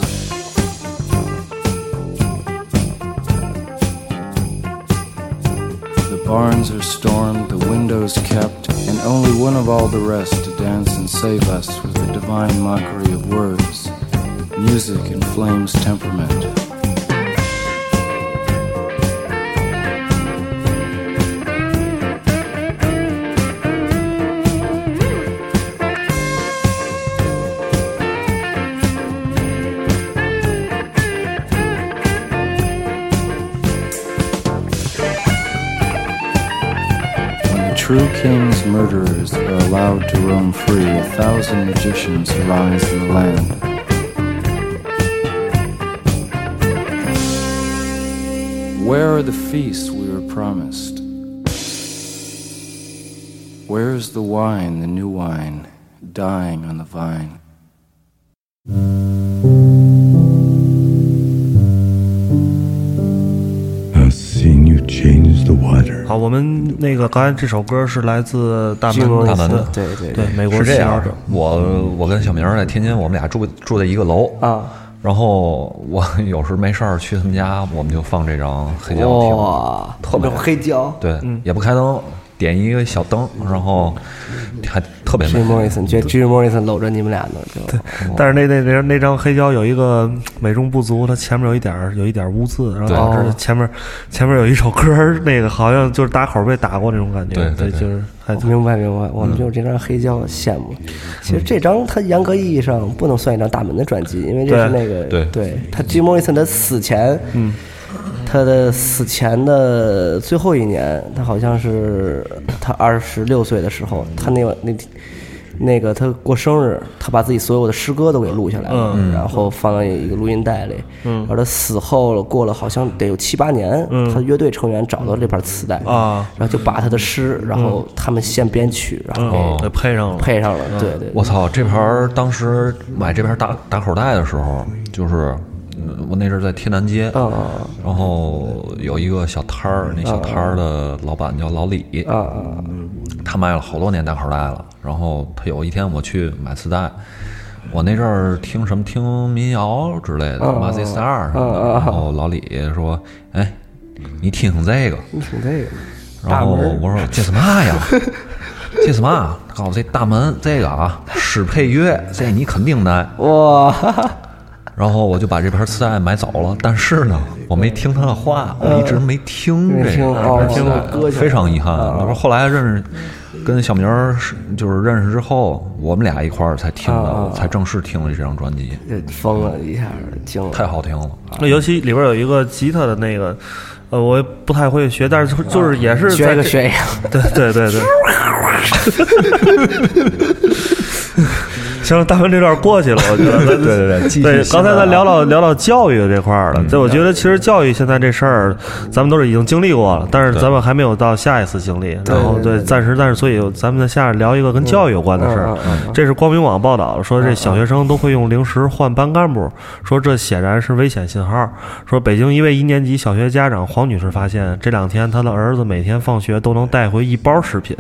The barns are stormed, the windows kept, and only one of all the rest to dance and save us with the divine mockery of words, music, and flame's temperament. When the true king's murderers are allowed to roam free, a thousand magicians arise in the land. Where are the feasts we were promised? Where is the wine, the new wine, dying on the vine?
I've seen you change the water.
好，我们那个刚才这首歌是来自大门公
大门
司，
对对
对，美国
是
西
这
雅
样
者，，
我我跟小明儿在天津，我们俩住住在一个楼
啊，
然后我 有时没事儿去他们家，我们就放这张黑胶听，
哇，
特
那
美
种。黑胶，
对，也不开灯，点一个小灯，然后还特别
Jim
美。
Morrison，觉得 Jim Morrison 搂着你们俩呢，就
嗯
但是那那那那张黑胶有一个嗯美中不足，它前面有一点儿有一点儿污渍，然后
对
导
哦
致前面前面有一首歌儿，那个好像就是打口被打过那种感觉，
对对对
这就是还挺
哎明白明白。我们就这张黑胶羡慕。其
嗯
实这张它严格意义上不能算一张大门的专辑，因为这是
对
那个
对
对他 Jim Morrison 他死前，嗯，他的死前的最后一年，他好像是他二十六岁的时候，他那晚那天那个他过生日，他把自己所有的诗歌都给录下来了，
嗯
然后放到一个录音带里。嗯，而他死后了，过了好像得有七八年，他乐队成员找到这盘磁带
嗯啊，
然后就把他的诗，然后他们现编曲，然后
哦
嗯，给配上了，
配上了。
嗯
对对
我操，这盘儿当时买这盘儿打打口袋的时候，就是嗯我那阵儿在天南街，然后有一个小摊儿，那小摊儿的老板叫老李，他卖了好多年打口袋了。然后他有一天我去买磁带，我那阵儿听什么听民谣之类的，马 Z 三二什么的，然后老李说：“哎，你听听这个。”
你挺这个，
然后
大门
我说这什么 呀？这什么啊？告诉我这大门这个啊，使配乐，这你肯定的。
哇，
然后我就把这盘磁带买走了，但是呢，我没听他的话，我一直没听
嗯没
这
听
个，
哦，听歌
非常遗憾。
嗯
然后后来认识，跟小明儿是就是认识之后，我们俩一块儿才听
嗯
的，才正式听了这张专辑，
疯了一下，惊了。
太好听了。
那尤其里边有一个吉他的那个，呃，我也不太会学，但是就就是也是
学
在
一个
这
学一个，
对对对对。行，大门这段过去了，我觉得。对对
对继续
对，
新
刚才
闻啊
咱聊到聊到教育这块儿了，对，我觉得其实教育现在这事儿，咱们都是已经经历过了，但是咱们还没有到下一次经历。然后对，嗯暂时，但是所以咱们在下面聊一个跟教育有关的事儿。这是光明网报道说，这小学生都会用零食换班干部，说这显然是危险信号。说北京一位一年级小学家长黄女士发现，这两天她的儿子每哦天放学都能带回一包食品，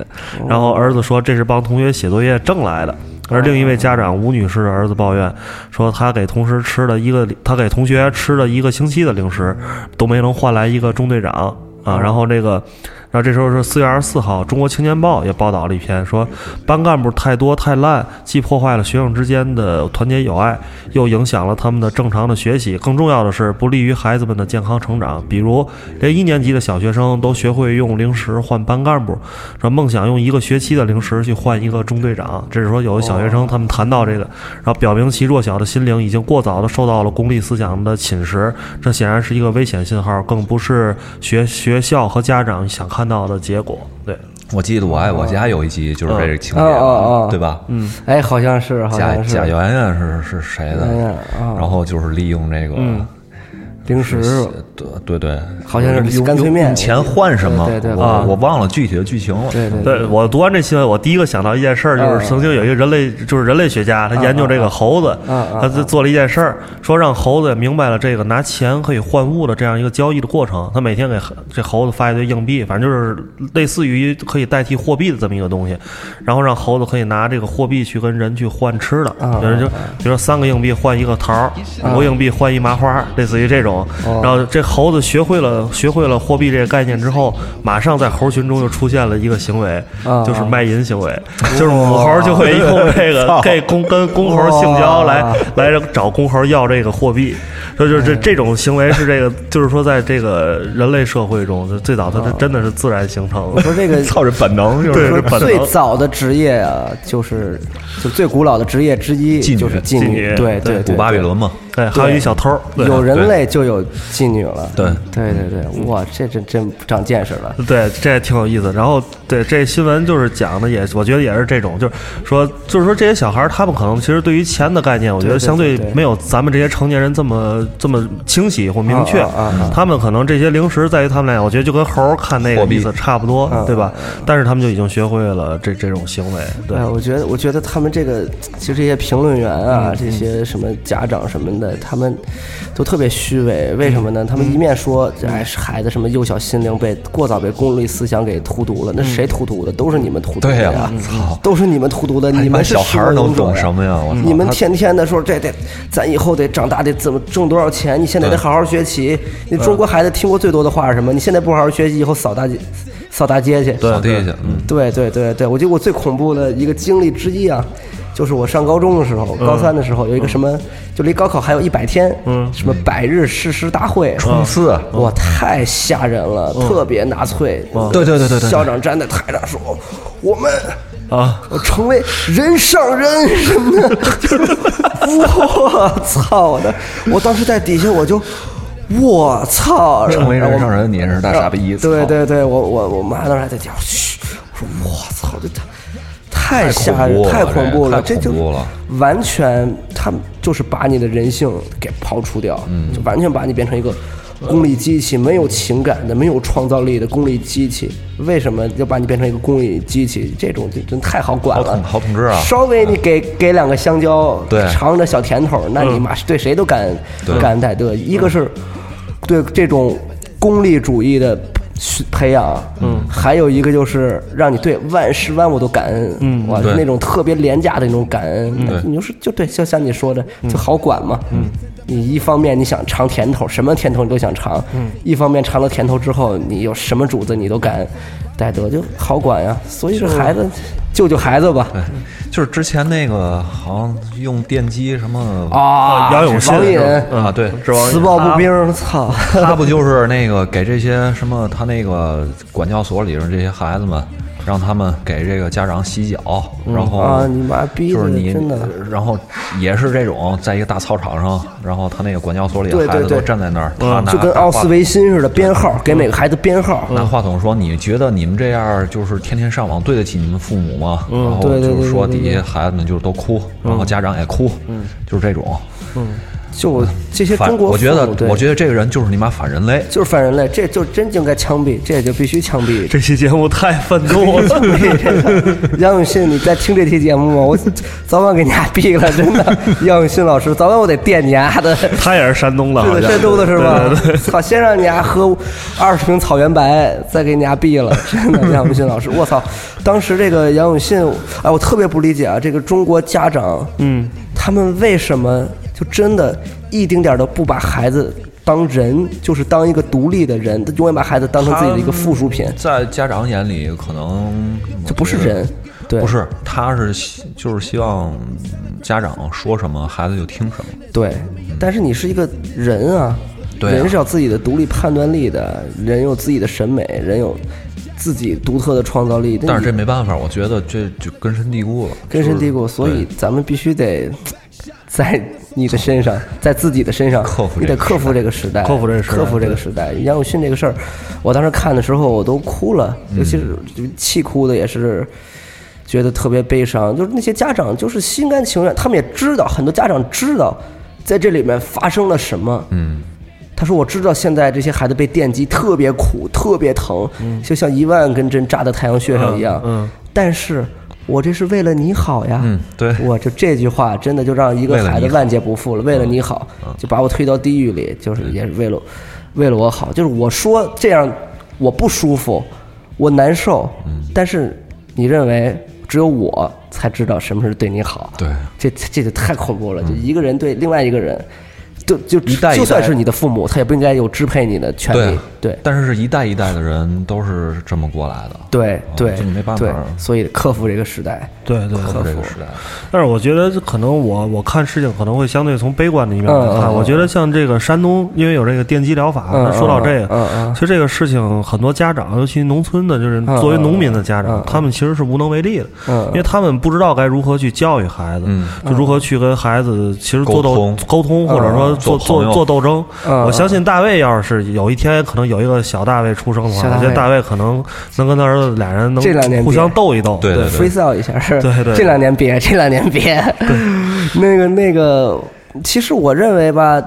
然后儿子说这是帮同学写作业挣来的。而另一位家长吴女士的儿子抱怨说，他给同事吃了一个，他给同学吃了一个星期的零食，都没能换来一个中队长啊。然后这个，然后这时候是四月二十四号，《中国青年报》也报道了一篇说，班干部太多太烂，既破坏了学生之间的团结友爱，又影响了他们的正常的学习。更重要的是，不利于孩子们的健康成长。比如，连一年级的小学生都学会用零食换班干部，说梦想用一个学期的零食去换一个中队长。这是说有的小学生他们谈到这个，然后表明其弱小的心灵已经过早的受到了功利思想的侵蚀，这显然是一个危险信号，更不是学学校和家长想看到的结果。对，
我记得《我爱我家》有一集就是这个情节
哦哦哦
嘛，对吧？嗯，
哎，好像是，好
贾
像是
贾圆圆是是谁的
圆圆？啊
然后就是利用这个，
零食，
对对对，
好像是
用
干脆面
用钱换什么？
对对对对
我我忘了具体的剧情了。
对对
对我读完这新闻，我第一个想到一件事儿，就是曾经有一个人类，就是人类学家，他研究这个猴子，他就做了一件事儿，说让猴子明白了这个拿钱可以换物的这样一个交易的过程。他每天给这猴子发一堆硬币，反正就是类似于可以代替货币的这么一个东西，然后让猴子可以拿这个货币去跟人去换吃的，
啊
就是就比如说三个硬币换一个桃儿，五个硬币换一麻花，类似于这种。
哦
然后这猴子学会了学会了货币这个概念之后，马上在猴群中就出现了一个行为，
啊哦
就是卖淫行为，就是母猴就 会用这个给公跟公猴性交来来找公猴要这个货币，所以就是
嗯
这这种行为是这个，就是说在这个人类社会中，就最早
哦
它是真的是自然形成的。
说 这个
操，这本能就
对
是
这本能
最早的职业啊，就是就最古老的职业之一
妓女
就是妓
妓女
对对
古
对，
巴比伦嘛。
对，还有一小偷，对
有人类就有妓女了，
对
对对对，哇，这真真长见识了，
对，这也挺有意思。然后，对这新闻就是讲的也，我觉得也是这种，就是说，就是说这些小孩儿，他们可能其实对于钱的概念，我觉得相对没有咱们这些成年人这么这么清晰或明确。
啊啊啊
他们可能这些零食在于他们来讲，我觉得就跟猴儿看那个
货币
意思差不多，
啊
对吧？但是他们就已经学会了这这种行为，对。
哎，我觉得我觉得他们这个其实这些评论员
嗯
啊，这些什么家长什么的，他们都特别虚伪，为什么
嗯
呢？他们一面说，哎，孩子什么幼小心灵被过早被功利思想给荼毒了，那谁荼毒的？都是你们荼毒的
嗯对呀
呀，嗯
操
都是你们荼毒的，你
妈
们是
小孩儿
始作
能
俑者
懂什么呀我操
嗯你们天天的说这得，咱以后得长大得怎么挣多少钱？你现在得好好学习。
嗯
你中国孩子听过最多的话是什么？你现在不好好学习，以后扫大街，扫大街去。
扫地去，嗯，
对对对对，我觉得我最恐怖的一个经历之一啊，就是我上高中的时候，高三的时候有一个什么，就离高考还有一百天，嗯，什么百日誓师大会，
冲刺，
哇，太吓人了，特别纳粹。
嗯对对对对对
校长站在台上说：“我们
啊，
我成为人上人什么 的。”我操的！我当时在底下我就。我操！
成为
然后
人上人，你是大傻逼，
呃对
操
对对，我我我妈当时还在讲，嘘，我说我操，这太太吓人，太
太恐
恐怖
怖
了，
了
这
这
就
太恐怖了
完全他们就是把你的人性给刨除掉，
嗯
就完全把你变成一个功利机器，没有情感的、没有创造力的功利机器。为什么要把你变成一个功利机器？这种就真太好管
好
了
统，好统治啊
稍微你给给两个香蕉，
对
尝着小甜头，那你妈是对谁都敢敢带嗯对，一个是对这种功利主义的训培养，嗯，还有一个就是让你对万事万物都感恩，嗯，哇，
对
那种特别廉价的那种感恩，那你就是就对，就像你说的，就好管嘛，嗯。你一方面你想尝甜头，什么甜头你都想尝；一方面尝了甜头之后，你有什么主子你都敢带得，就好管呀。所以说孩子，救救孩子吧。
就是之前那个好像用电击什么
啊，
杨永信
王
是
瘾
吧，
啊，对，
磁暴步兵，操！
他不就是那个给这些什么他那个管教所里边这些孩子们，让他们给这个家长洗脚，然后
啊你妈逼的
就是你
真的，
然后也是这种在一个大操场上，然后他那个管教所里
对
的
对
孩子都
对嗯
站在那儿，他拿
就跟
大
奥
话嗯
斯维辛似的，编号给每个孩子编号。
拿话筒说：“你觉得你们这样就是天天上网，对得起你们父母吗？”然后
嗯对对
就
对
是说
对对
底下孩子们就是都哭，然后家长也哭，就是这种。嗯，
就我这些
反
中国
我
父
觉
母，
得
对
我觉得这个人就是你妈反人类，
就是反人类，这就真就应该枪毙，这也就必须枪毙。
这期节目太愤怒 了，
杨永信，你在听这期节目吗？我早晚给你俩毙了，真的。 杨永信老师，早晚我得电你丫的。
他也是山东的，好
啊对
像
的，山东的是吧？操，先让你丫喝二十瓶草原白，再给你丫毙了， 真的。杨永信老师，我操！当时这个杨永信，哎，我特别不理解啊，这个中国家长，嗯，他们为什么就真的一丁点儿都不把孩子当人，就是当一个独立的人，他永远把孩子当成自己的一个附属品，
在家长眼里可能
这不是
我觉得
人。对，
不是，他是希就是希望家长说什么，孩子就听什么。
对，但是你是一个人啊，
对啊
人是有自己的独立判断力的，人有自己的审美，人有自己独特的创造力。
但是这
你
没办法，我觉得这就根深蒂固了，
根深蒂固，所以咱们必须得在你的身 上，在自己的身上
克服
你
这个
得克服这个时代，
克服这个时代
克服这个时代。杨永信这个事儿，我当时看的时候我都哭了，
嗯
尤其是气哭的也是。觉得特别悲伤，就是那些家长就是心甘情愿，他们也知道，很多家长知道在这里面发生了什么。嗯，他说我知道现在这些孩子被电击特别苦，特别疼，
嗯
就像一万根针扎在太阳穴上一样。
嗯嗯
但是我这是为了你好呀。
嗯对
我就这句话真的就让一个
为了
孩子
你好嗯
万劫不复了，为了你好，就把我推到地狱里，就是也是为了为了我好，就是我说这样我不舒服，我难受，
嗯
但是你认为只有我才知道什么是对你好，
对嗯
这这就太恐怖了，就一个人对另外一个人，就就
一代一代
就算是你的父母，他也不应该有支配你的权
对啊
利，对。
但是是一代一代的人都是这么过来的，
对
哦
对
这你没办法
对，所以克服这个时代，
对对对。
克服这个时代。
但是我觉得可能我我看事情可能会相对从悲观的一面来
嗯嗯
看，
嗯
我觉得像这个山东，因为有这个电击疗法，
嗯
那说到这
嗯
个
嗯嗯，
其实这个事情很多家长，尤其农村的，就是
嗯
作为农民的家
嗯嗯
长
嗯，
他们其实是无能为力的，
嗯
因为他们不知道该如何去教育孩子，就如何去跟孩子其实做
沟
斗
通
沟通，或者说
嗯
做
做朋
做
友
做斗争。
嗯
我相信大卫要是有一天可能有一个小大卫出生的
小
话，
大
我觉得
卫
大卫可能能跟他儿子俩人
这两年
能互相
变
斗一斗，
对对对
freestyle 一下是，
对对
这两年别， 这两年别， 那个那个，其实我认为吧，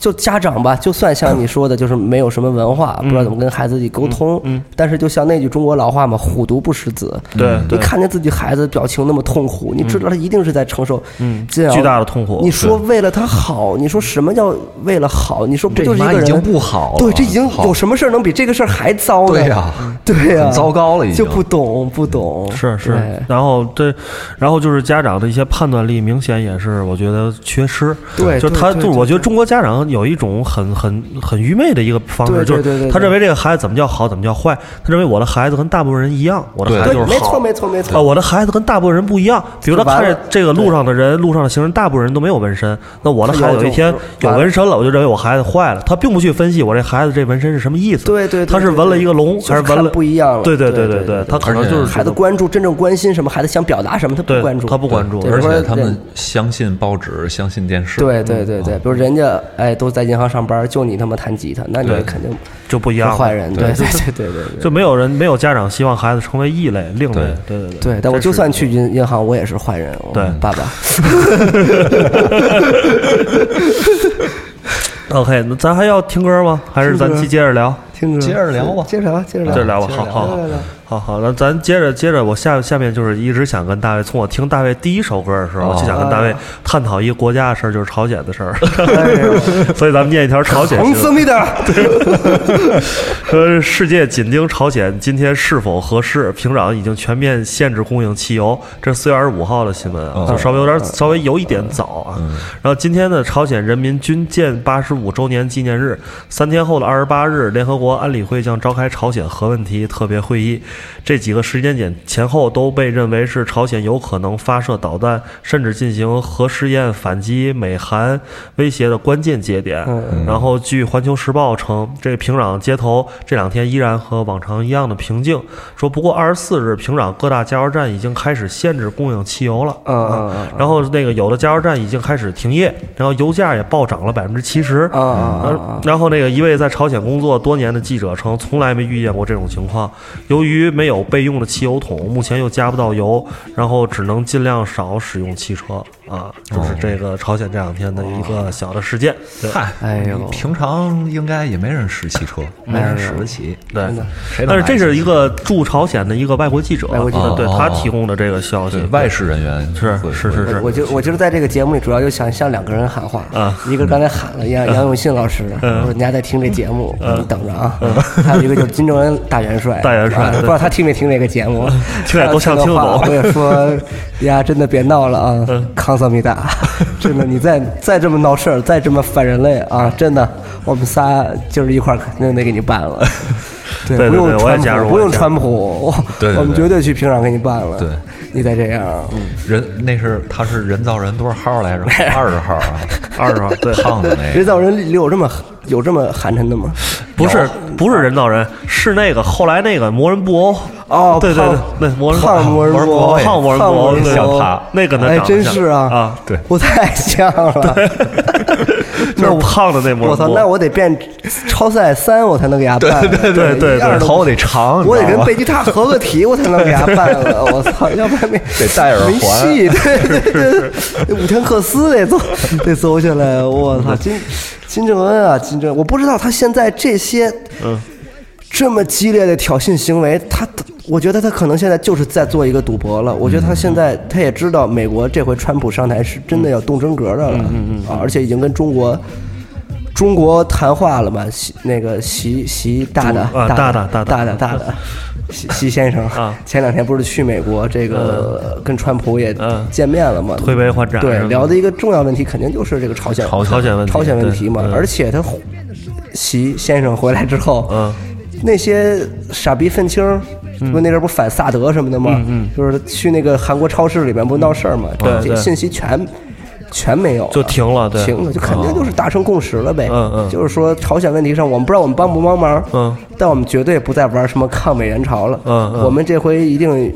就家长吧，就算像你说的，就是没有什么文化，不
嗯
知道怎么跟孩子去沟通，嗯，但是就像那句中国老话嘛，虎毒不食子，
嗯
对
你
对
看见自己孩子表情那么痛苦，你知道他一定是在承受
嗯
煎熬
巨大的痛苦
你说为了他好，你说什么叫为了好？你说不
这
就是一
妈
个人
已经不好了
对，这已经
好
有什么事儿能比这个事儿还糟呢？
对呀
对呀，
很糟糕了已经
就不懂不懂，
是
对
是，然后这，然后就是家长的一些判断力，明显也是我觉得缺失。
对
就是
对
他，
对
就是
对
我觉得中国家长有一种很很很愚昧的一个方
对
式，就
对对
是
对
他
对
认为这个孩子怎么叫好，怎么叫坏，他认为我的孩子跟大部分人一样，我的
对
孩子就是
没错
好。
没错没
啊，
错。
我的孩子跟大部分人不一样，比如他
就完
看着
了
这个路上的人，路上的行人，大部分人都没有纹身，那我的
他
孩子
有
有一
就
天有
完了
纹身了，我就认为我孩子坏了。他并不去分析我这孩子这纹身是什么意思，
对对对
他是
对
纹了
对
一个龙，
就是
还是
看
纹了
不一样了
对对
对
对
对对
他可
而
能
且
就是
孩子关注真正关心什么，孩子想表达什么，他不
对
关注，
他不关注
对
而
比如
且
说
他们嗯
人
相信报纸，相信电视，
对对对对，比如人家哎都在银行上班，就你他妈弹吉他，那你
对
肯定
就不一
是
样了，
坏人，对对对对对对。
就没有人没有家长希望孩子成为异类、另类，对对对
对，但我就算去银银行，我也是坏人。我
对
爸爸，
OK，那咱还要听歌吗？还是咱
听歌
接着聊？
听着，
接着聊吧
接着聊，接着
接
聊，
着聊吧，
接着
好
聊
好好好好，那咱接着接着，我下下面就是一直想跟大卫，从我听大卫第一首歌的时候，
哦
就想跟大卫探讨一个国家的事儿，就是朝鲜的事儿，
哎呦
所以咱们念一条朝鲜
红
新
色
闻，
密的，
说世界紧盯朝鲜今天是否合适，平壤已经全面限制供应汽油，这是四月二十五号的新闻啊，就稍微有点稍微有一点早啊。然后今天呢，朝鲜人民军建八十五周年纪念日，三天后的二十八日，联合国安理会将召开朝鲜核问题特别会议，这几个时间点前后都被认为是朝鲜有可能发射导弹，甚至进行核试验反击美韩威胁的关键节点。然后，据《环球时报》称，这平壤街头这两天依然和往常一样的平静。说不过二十四日，平壤各大加油站已经开始限制供应汽油了。
嗯嗯嗯
然后那个有的加油站已经开始停业，然后油价也暴涨了百分之七十。
啊啊啊
呃然后那个一位在朝鲜工作多年的记者称，从来没遇见过这种情况。由于没有备用的汽油桶，目前又加不到油，然后只能尽量少使用汽车。啊，就是这个朝鲜这两天的一个小的事件。对
嗨，
哎呦
啊
哎
平常应该也没人使汽车，没人使得起。
对
的，
谁能
但是这
买
是
得起
一个驻朝鲜的一个外国记者，啊
外国记者
对
哦
他提供的这个消息
对，外事人员
是
会
是
会
是是啊
我就我就是在这个节目里，主要就想向两个人喊话，一个刚才喊了
嗯
杨杨永信老师，我说人家在听这节目，你等着啊。还有一个就是金正恩大元帅，
嗯 大元帅嗯
啊不知道他听没听这个节目，
听了都想
他要
听
的话
懂嗯
我也说呀，真的别闹了啊，康萨米达，真的你再再这么闹事儿，再这么反人类啊，真的我们仨就是一块儿肯定得给你 办了。
对
不
对
用
我也
川
加入我
普，不
也
用
加入
川普，
对对
我们
对
绝对去平壤给你办了。
对
你再这样，
人那是他是人造人多少号来着？二十号啊，
二十号对。
胖的那
哎
人
个。
造人里有这么有这么寒碜的吗？
不是不是人造人，是那个后来那个魔人布欧
哦
对对对
胖，
那魔人哎
胖魔人布欧哎
胖魔人
胖魔人
对
布欧
那个呢
哎，
长得
真
像
是啊
啊，
对
我太像 了。
就是胖的那魔人布
我操，
欧
那我得变超赛三，我才能给他办。对
对对对
头发得长，
我得
你知
跟
道吗
贝吉塔合个体，我才能给他办了。我操，要不然没
得戴耳环
没戏。对对对对，五天克斯得搜得搜下来。我操，金金正恩啊，金正，我不知道他现在这些嗯这么激烈的挑衅行为，他我觉得他可能现在就是在做一个赌博了。我觉得他现在他也知道美国这回川普上台是真的要动真格的了，嗯嗯啊，而且已经跟中国。中国谈话了嘛？习那个习习大大
啊大
大
大
大
大
大大 的习习先生
啊
前两天不是去美国这个跟川普也
嗯
见面了嘛？
推杯换盏是
对
吧，
聊的一个重要问题肯定就是这个朝鲜
朝朝鲜问题
朝鲜问题嘛
对。嗯
而且他习先生回来之后，
嗯
那些傻逼愤青儿。不那阵儿不反萨德什么的吗？
嗯
就是去那个韩国超市里面不闹事儿嘛，
对
这
对
信息全全没有了，
就停了对哦
停了，就肯定就是达成共识了呗。
嗯嗯
就是说朝鲜问题上，我们不知道我们帮不帮忙，
嗯，
但我们绝对不再玩什么抗美援朝了，
嗯嗯
我们这回一定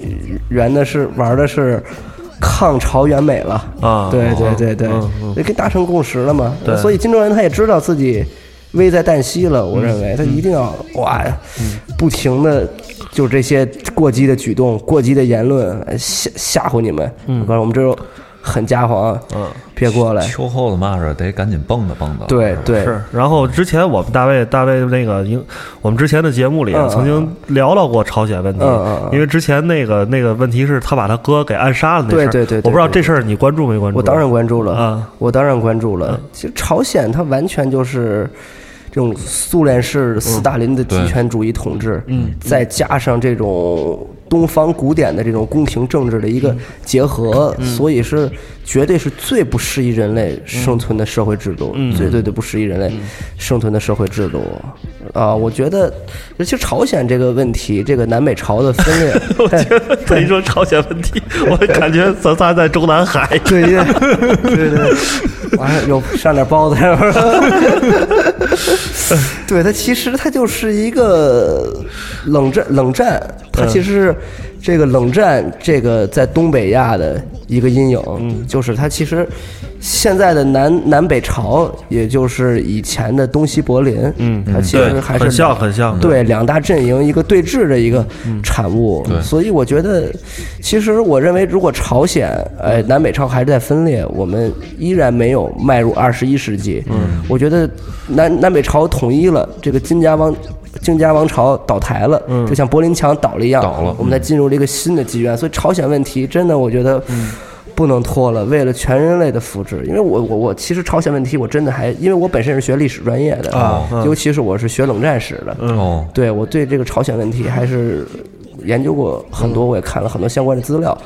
圆的是玩的是抗朝援美了，
啊
对对
嗯
对对
嗯嗯，
这跟达成共识了嘛，
对
所以金正恩他也知道自己危在旦夕了，我认
嗯
为他一定要哇，不停的。就这些过激的举动、过激的言论哎吓吓唬你们，
嗯
我告诉我们这种很家伙啊，嗯，别过来，
哎秋后的蚂蚱得赶紧蹦跶蹦跶。
对对，
是，然后之前我们大卫大卫那个英，我们之前的节目里啊
嗯嗯
曾经聊到过朝鲜问题
嗯嗯嗯，
因为之前那个那个问题是他把他哥给暗杀了那事儿，
对对对对
我不知道这事儿你关注没关注？
我当然关注了
啊，
我当然关注了。其实朝鲜它完全就是这种苏联式
嗯
斯大林的极权主义统治，嗯，再加上这种东方古典的这种宫廷政治的一
嗯
个结合，所以是绝对是最不适宜人类生存的社会制度，
嗯
最最最不适宜人类生存的社会制度。啊，我觉得，尤其朝鲜这个问题，这个南北朝的分裂，
我觉得他一说朝鲜问题，我感觉咱仨在中南海。
对对对对，完了有上点包子，然后 对它其实它就是一个冷战，冷战它其实是这个冷战这个在东北亚的一个阴影，就是它其实现在的南南北朝，也就是以前的东西柏林，嗯，它其实
对
还是
很像很像
对对两大阵营一个对峙的一个产物。所以我觉得，其实我认为，如果朝鲜呃南北朝还是在分裂，我们依然没有迈入二十一世纪。嗯，我觉得南南北朝统一了，这个金家王。金家王朝倒台了，就像柏林墙倒了一样，
倒了
我们才进入了一个新的纪元。所以朝鲜问题真的，我觉得不能拖了。为了全人类的福祉，因为我我我其实朝鲜问题我真的还，因为我本身是学历史专业的，
啊
尤其是我是学冷战史的，
哦，
对我对这个朝鲜问题还是研究过很
嗯
多，我也看了很多相关的资料，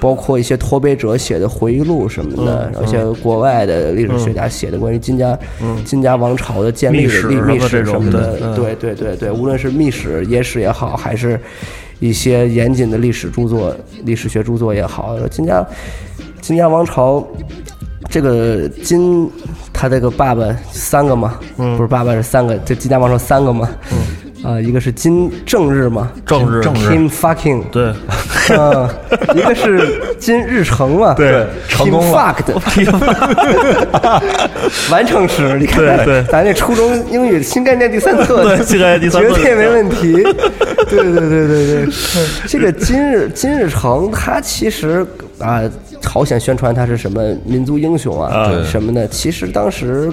包括一些脱北者写的回忆录什么
嗯
的，然后一些国外的历史学家写的关于金家金家王朝的建立
秘嗯
的
史什
历
么
历
这
史
种
什么
的嗯
的，对对对对，无论是秘史、野史也好，还是一些严谨的历史著作、历史学著作也好，金家金家王朝。这个金，他这个爸爸三个嘛，
嗯
不是爸爸是三个，这金家王朝三个嘛，啊、一个是金正日嘛，
政治
政日
，Kim fucking，
对，
啊、一个是金日成嘛，
对
成功
Kim
了
fucked，完成时，你看
对
咱
对
咱这初中英语新概念第三册，
对新概念第三册
绝对没问题，对对对对对，这个金日金日成他其实啊，好想宣传他是什么民族英雄啊
对
什么的。其实当时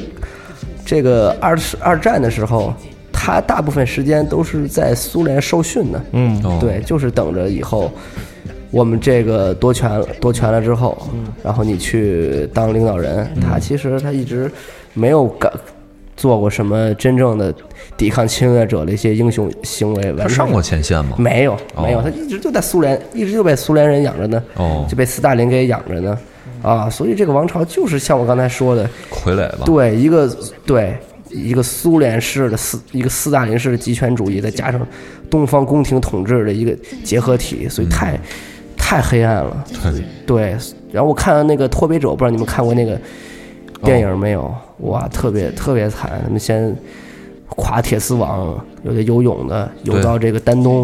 这个二十二战的时候，他大部分时间都是在苏联受训的。嗯
哦
对，就是等着以后我们这个夺权了夺权了之后，然后你去当领导人。他其实他一直没有敢做过什么真正的抵抗侵略者的一些英雄行为。完
他
全
上过前线吗？
没有，
哦
没有，他一直就在苏联，一直就被苏联人养着呢，
哦
就被斯大林给养着呢，啊，所以这个王朝就是像我刚才说的，
傀儡吧？
对一个对一个苏联式的斯一个斯大林式的极权主义，再加上东方宫廷统治的一个结合体，所以
嗯
太、太黑暗了。
对，
对，然后我看那个《脱北者》，不知道你们看过那个电影没有？哇，特别特别惨，他们先垮铁丝网，有的游泳的游
对
到这个丹东，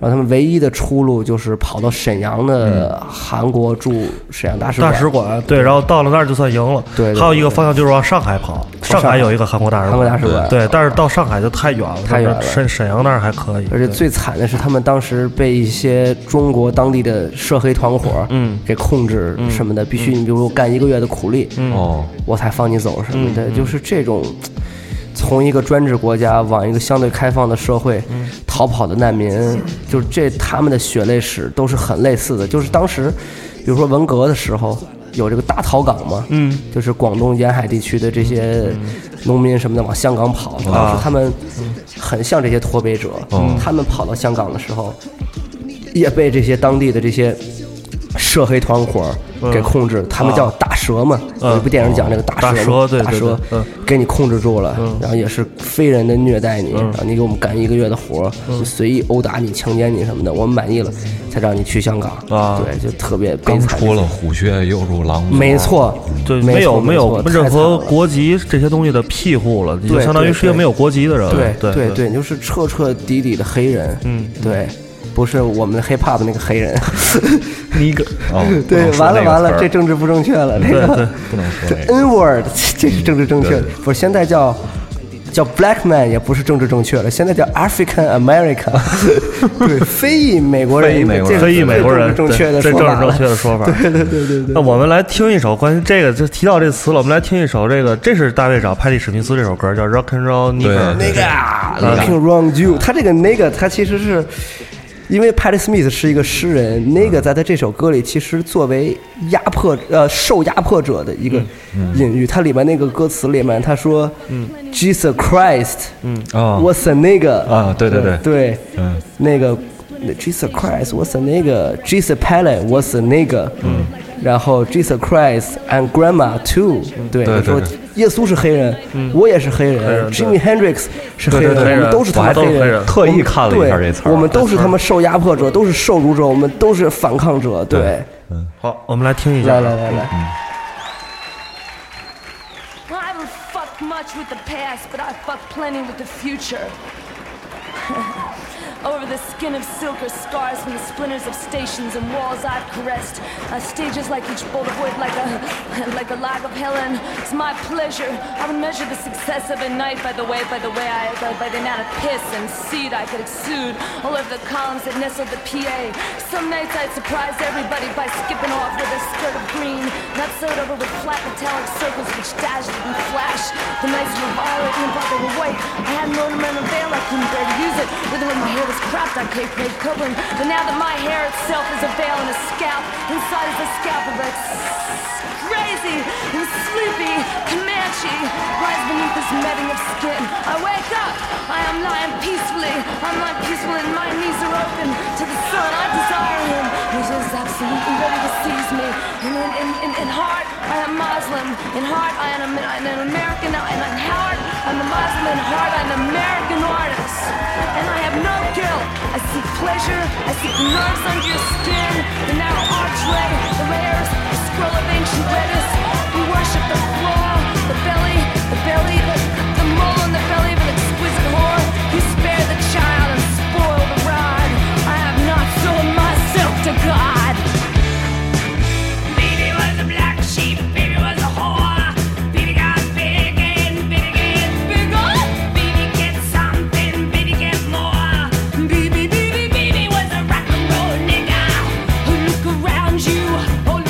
然后他们唯一的出路就是跑到沈阳的韩国驻沈阳大使
大
馆。
使馆对，然后到了那儿就算赢了。
对对
还有一个方向就是往上海跑，上海有一个韩国大使
韩国大使馆，
对，但是到上海就太远了，
太远了
沈沈阳那儿还可以，
而且最惨的是，他们当时被一些中国当地的涉黑团伙，嗯，给控制什么的，必须你比如说干一个月的苦力，嗯，
哦，
我才放你走什么的，就是这种从一个专制国家往一个相对开放的社会
嗯
逃跑的难民，就是这他们的血泪史都是很类似的。就是当时，比如说文革的时候。有这个大逃港嘛？嗯，就是广东沿海地区的这些
嗯
农民什么的往香港跑，当时他们很像这些脱北者，
嗯哦
他们跑到香港的时候，也被这些当地的这些涉黑团伙
嗯
给控制，他们
啊
叫打蛇嘛，有一部电影讲这个
打
蛇
嗯蛇
嘛，
对
打
对
蛇
对嗯
给你控制住了，然后也是非人的虐待
嗯
你，然后你给我们干一个月的活，就随意殴打你、强奸你什么的，我们满意了才让你去香港，
嗯啊
对，就特别悲
刚
惨。
出了虎穴，又入狼谷，
没，错，
对，
没
没有
错
没
没
有
错
任
太惨
何
了
国籍这些东西的庇护了，你就
对
相当于
对
是一个
对
没有国籍的人了。
对
对
对对，你就是彻彻底底的黑人，嗯，对。不是我们的 hip hop 那个黑 人，，
你个
哦
对
不能，说
完了
那个
完
词
了，
儿
这政治不正确了，这
对
个
对，
不能说
这
那个
N word，这是政治正确
对，
不是现在叫叫 black man 也不是政治正确了，现在叫 African American，对，非裔美国人，
非裔美国
这
人
是
非裔美国人，
最政治正确的
对
说
这正
法了
正确的说法。对对对对对。那我们来听一首关于这个，就提到这词了，我们来听一首这个，这是大卫找派蒂史密斯这首歌，叫《Rock and Roll
对
Nigger》。
那个啊 Looking Round You，他这个那个他其实是。因为 Patti Smith 是一个诗人，那个在他这首歌里，其实作为压迫呃受压迫者的一个
嗯
隐喻，它里面那个歌词里面他说、j e s u s Christ，嗯
哦
，What's a nigga
啊对对对
对，
嗯
那个 Jesus Christ，What's a nigga，Jesus Pele，What's a nigga，嗯，然后 Jesus Christ and Grandma too，对，
对对
说
对
耶稣是黑人，我也是黑人，Jimi Hendrix 是黑
对对对
人，我们都是他妈
我还都是黑人
人，
特意看了一下这词儿
对我们都是他妈受压迫者，都是受辱者，我们都是反抗者，对，
好，我们来听一下。
来来来来。
Well, I haven't fucked much with the past, but I've fucked plenty with the future. Over the skin of silk or scars from the splinters of stations and walls I've caressed. Uh, stages like each bolt of wood, like a like a log of Helen. It's my pleasure. I would measure the success of a night by the way, by the way I by, by the amount of piss and seed I could exude all over the columns that nestled the PA. Some nights I'd surprise everybody by skipping off with a skirt of green, not sewed over with flat metallic circles which dashed and flashed. The nights were violet and but they were white. I had no ornamental veil, I couldn't bear to use it. With when my hair was cropped, I gave great covering. But now that my hair itself is a veil and a scalp, inside is a scalp of a crazy and sleepy Comanche lies beneath this netting of skin. I wake up, I am lying peacefully. I'm lying peaceful and my knees are open to the sun. I desire him. He is absolutely ready to seize me. And in, in, in, in heart, I am Muslim. In heart, I am an, an American. And in heart, I'm a Muslim. In heart, I'm an American artist. And I have no guilt. I seek pleasure. I seek nerves under your skin. The narrow archway, the layers, the scroll of ancient lettuce. We worship the floor, the belly, the belly, the, the mole in the belly of an exquisite whore. You spare the child and spoil the rod. I have not sold myself to God.
Baby was a black sheep, baby was a whore. Baby got big and big and bigger. Baby get something, baby get more. Baby, baby, baby was a rock and roll nigga. Look around you, oh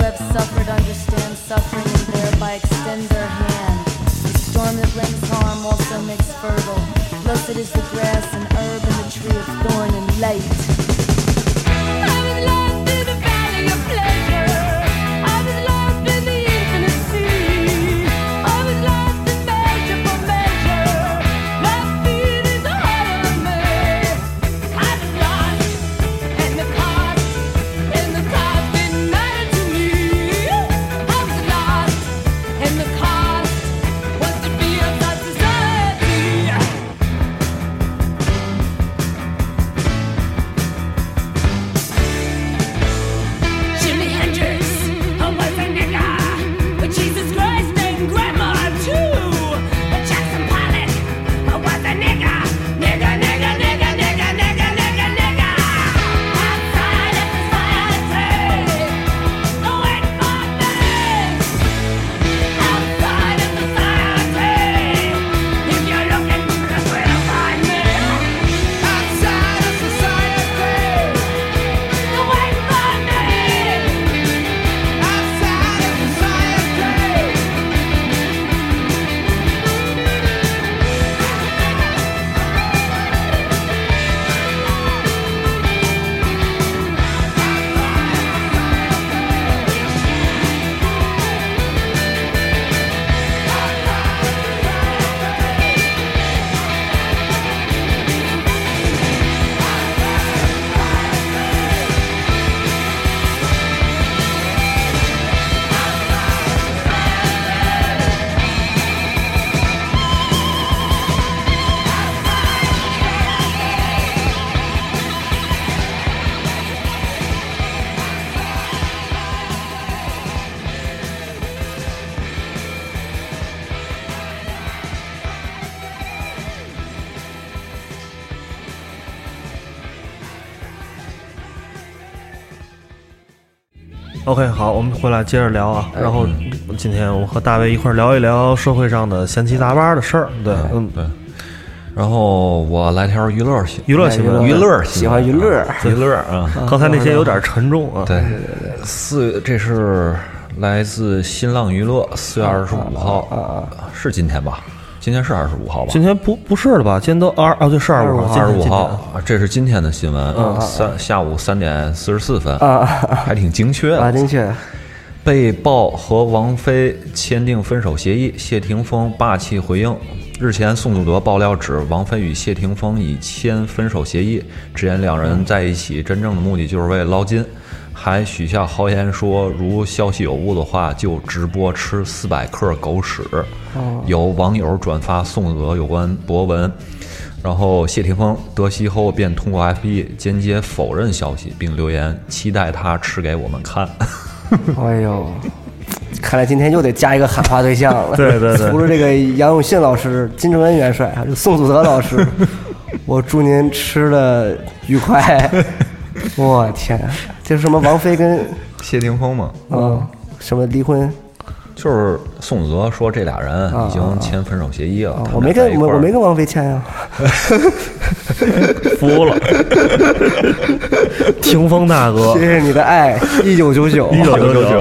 have suffered understand suffering and thereby extend their hand. The storm that brings harm also makes fertile. Blessed is the grass and herb and the tree of thorn and light.
I was lost in the valley of pleasure. I was lost in the infinite sea. I was lost in measure for measure. Love feed is the heart of me. I was lost, and the cost, and the cost didn't matter to me. I was lost, and the cost was to be of that society. Jimi Hendrix, I was a nigga. But Jesus Christ and grandma too. But Jackson Pollock, I was a nigga. Nigga, nigga, nigga, nigga, nigga, nigga, nigga. Outside of society, wait for me. Outside of society, if you're looking, that's where to find me. Outside of society.
OK，好，我们回来接着聊啊。然后今天我和大卫一块儿聊一聊社会上的闲七杂八的事儿。对，嗯，
对。然后我来条娱乐新
娱乐新闻
娱乐新闻
喜欢娱乐
啊娱乐啊，
刚才那些有点沉重啊。
对对对对，四这是来自新浪娱乐四月二十五号，是今天吧？今天是二十五号吧？
今天不不是了吧？今天都二哦，对，是二十五号，
二十五
今天
号，啊这是今天的新
嗯
闻，三下午三点四十四分，还挺精确的。
啊，的确，
被曝和王菲签订分手协议，谢霆锋霸气回应。日前，宋祖德爆料指王菲与谢霆锋已签分手协议，直言两人在一起真正的目的就是为了捞金，还许下豪言说，如消息有误的话，就直播吃四百克狗屎。有网友转发宋祖德有关博文。然后谢霆锋得悉后便通过 FB 间接否认消息，并留言期待他吃给我们看。
哎呦，看来今天又得加一个喊话对象了。
对对对
除了这个杨永信老师、金正恩元帅，还有宋祖德老师，我祝您吃的愉快。 我天，这是什么？王菲跟
谢霆锋嘛，
嗯什么离婚？
就是宋祖德说这俩人已经签分手协议了，
啊
他
我
们
没
在
跟
一
我
块
我
儿
没跟王菲签呀、啊
服了，霆锋大哥
哦
谢，谢你的爱，一九九九，
一九九九，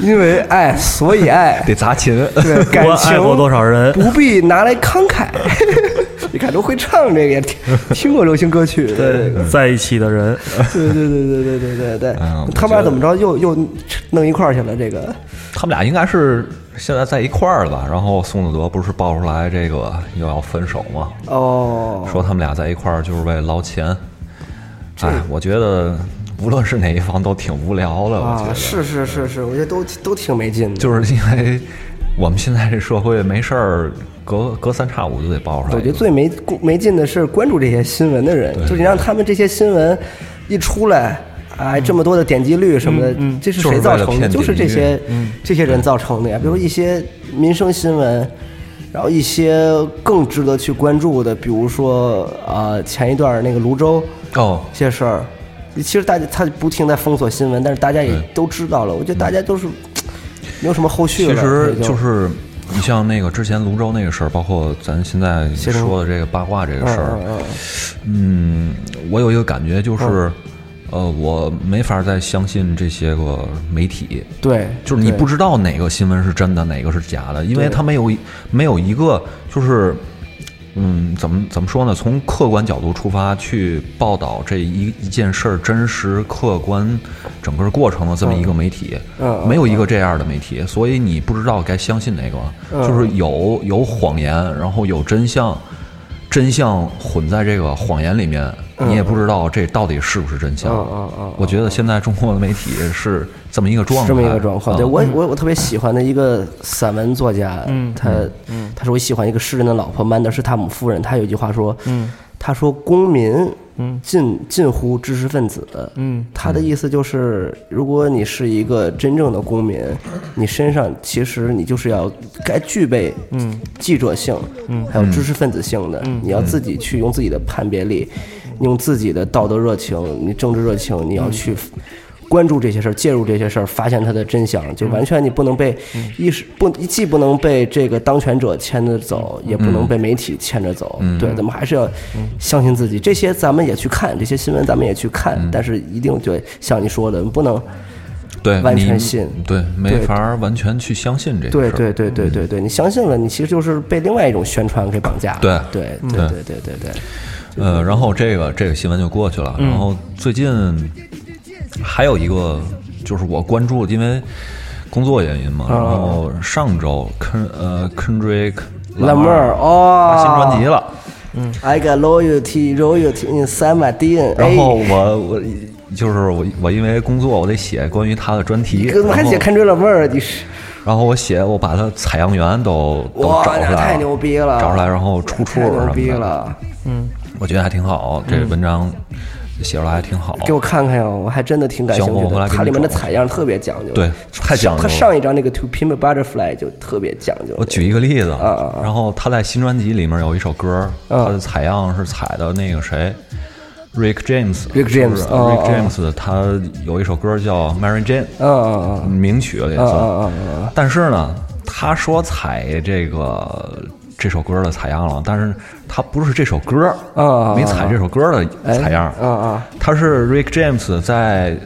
因为爱，所以爱。
得砸琴，
对，感
我爱
情
过多少人？
不必拿来慷慨。 你看都会唱这个，也听听过流行歌曲。对对
在一起的人，
对对对对对对对
哎呀我
他
觉
妈
得
怎么着又又弄一块儿去了？这个
他们俩应该是现在在一块儿了吧？然后宋祖德不是爆出来这个又要分手吗？
哦，
说他们俩在一块儿就是为了捞钱。哎，我觉得无论是哪一方都挺无聊的，我觉
啊，
得
是是是是，我觉得都都挺没劲的，
就是因为我们现在这社会没事儿，隔隔三差五就得爆出来。
我觉得最没没劲的是关注这些新闻的人，就是你让他们这些新闻一出来，哎，这么多的点击率什么的，这是谁造成的？
嗯就
就是
为
是这
了骗
些
点嗯
这些人造成的呀。比如一些民生新闻，然后一些更值得去关注的，比如说呃，前一段那个泸州
哦，
这些事儿，其实大家他不停在封锁新闻，但是大家也都知道了。我觉得大家都是没有什么后续
其
了，
实
也就
就是你像那个之前泸州那个事儿，包括咱现在
霆锋
说的这个八卦这个事
嗯嗯
儿，嗯，我有一个感觉就是，呃，我没法再相信这些个媒体，
对，
就是你
对
不知道哪个新闻是真的，哪个是假的，因为它没有一没有一个就是，嗯，怎么怎么说呢？从客观角度出发去报道这一一件事儿真实客观整个过程的这么一个媒体，
嗯嗯
没有一个这样的媒体，所以你不知道该相信哪个，
嗯
就是有有谎言，然后有真相。真相混在这个谎言里面，你也不知道这到底是不是真相。
嗯嗯嗯
我觉得现在中国的媒体是这么一个状态，
这么一个状况。
嗯
对我我我特别喜欢的一个散文作家，他他说我喜欢一个诗人的老婆曼德施塔姆夫人，他有一句话说，他说公民。近近乎知识分子，嗯，他的意思就是，如果你是一个真正的公民，你身上其实你就是要该具备，嗯，记者性，嗯，还有知识分子性的，你
嗯
要自己去用自己的判别力，用自己的道德热情，你政治热情，你要去关注这些事儿，介入这些事儿，发现它的真相，就完全你不能被
嗯
意识不，既不能被这个当权者牵着走，
嗯
也不能被媒体牵着走。对，咱们还是要相信自己。这些咱们也去看，这些新闻咱们也去看，
嗯
但是一定对像你说的，不能
对
完全
你
信
对，没
对
法儿完全去相信这个
对
事儿。
对对对对对，你相信了，你其实就是被另外一种宣传给绑架了。
嗯
对
对
对
嗯
对对对对，嗯
呃，然后这个这个新闻就过去了。然后最近还有一个就是我关注，因为工作原因嘛，
啊
然后上周坑呃 Kendrick
拉莫尔
发
哦，
新专辑了。
，I got loyalty loyalty inside my DNA。
然后我我就是我我因为工作我得写关于他的专题，
哥怎么还
然后
写 Country Lover？你是
然后我写，我把它采样源都都
哇
找出来了，
太牛逼了
找出来，然后出处
太
什么
牛
的，
逼了！
我觉得还挺好，这文章写出来还挺好。
嗯给我看看呀，我还真的挺感兴
行
趣
我回来
的。
给你
它里面的
找
采样特别讲究，
对太讲究
它
了
上一张那个《To Pimp a Butterfly》就特别讲究。
我举一个例子
啊啊，
然后他在新专辑里面有一首歌，
嗯
他的采样是采的那个谁，Rick James，Rick
Rick James，哦
Rick
哦
James，他有一首歌叫《Mary Jane
嗯嗯》，
名曲了也
嗯嗯
算。
嗯嗯嗯，
但是呢，他说采这个这首歌的采样了，但是他不是这首歌
嗯嗯，
没采这首歌的
哎
采样，
嗯嗯
他是 Rick James 在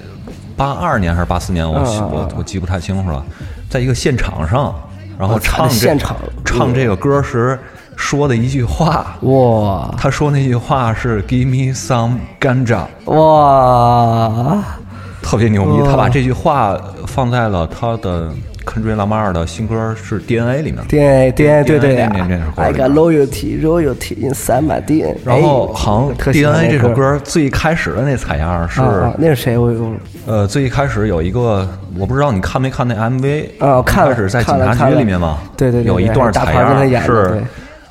八二年还是八四
啊
年，我我我记不太清楚了，在一个现场上，然后哦唱
在
这
哦现场嗯
唱这个歌时说的一句话，
哇
他说那句话是 “Give me some ganja”，
哇，
特别牛逼。他
哦
把这句话放在了他的 Kendrick Lamar 的新歌是 DNA 里面。
DNA DNA 对对
DNA 这首歌
，I got loyalty loyalty inside my DNA。
然后好
特
像
喜欢
DNA 这首
那
歌最开始的那采样是
啊，啊那是谁？我我
呃，最一开始有一个，我不知道你看没看那 MV
啊我看了
一开始在警
看了
察
看
局
了
里面嘛，
对对对
有一
对
段
大
采
牌儿跟他
样
演的
是
对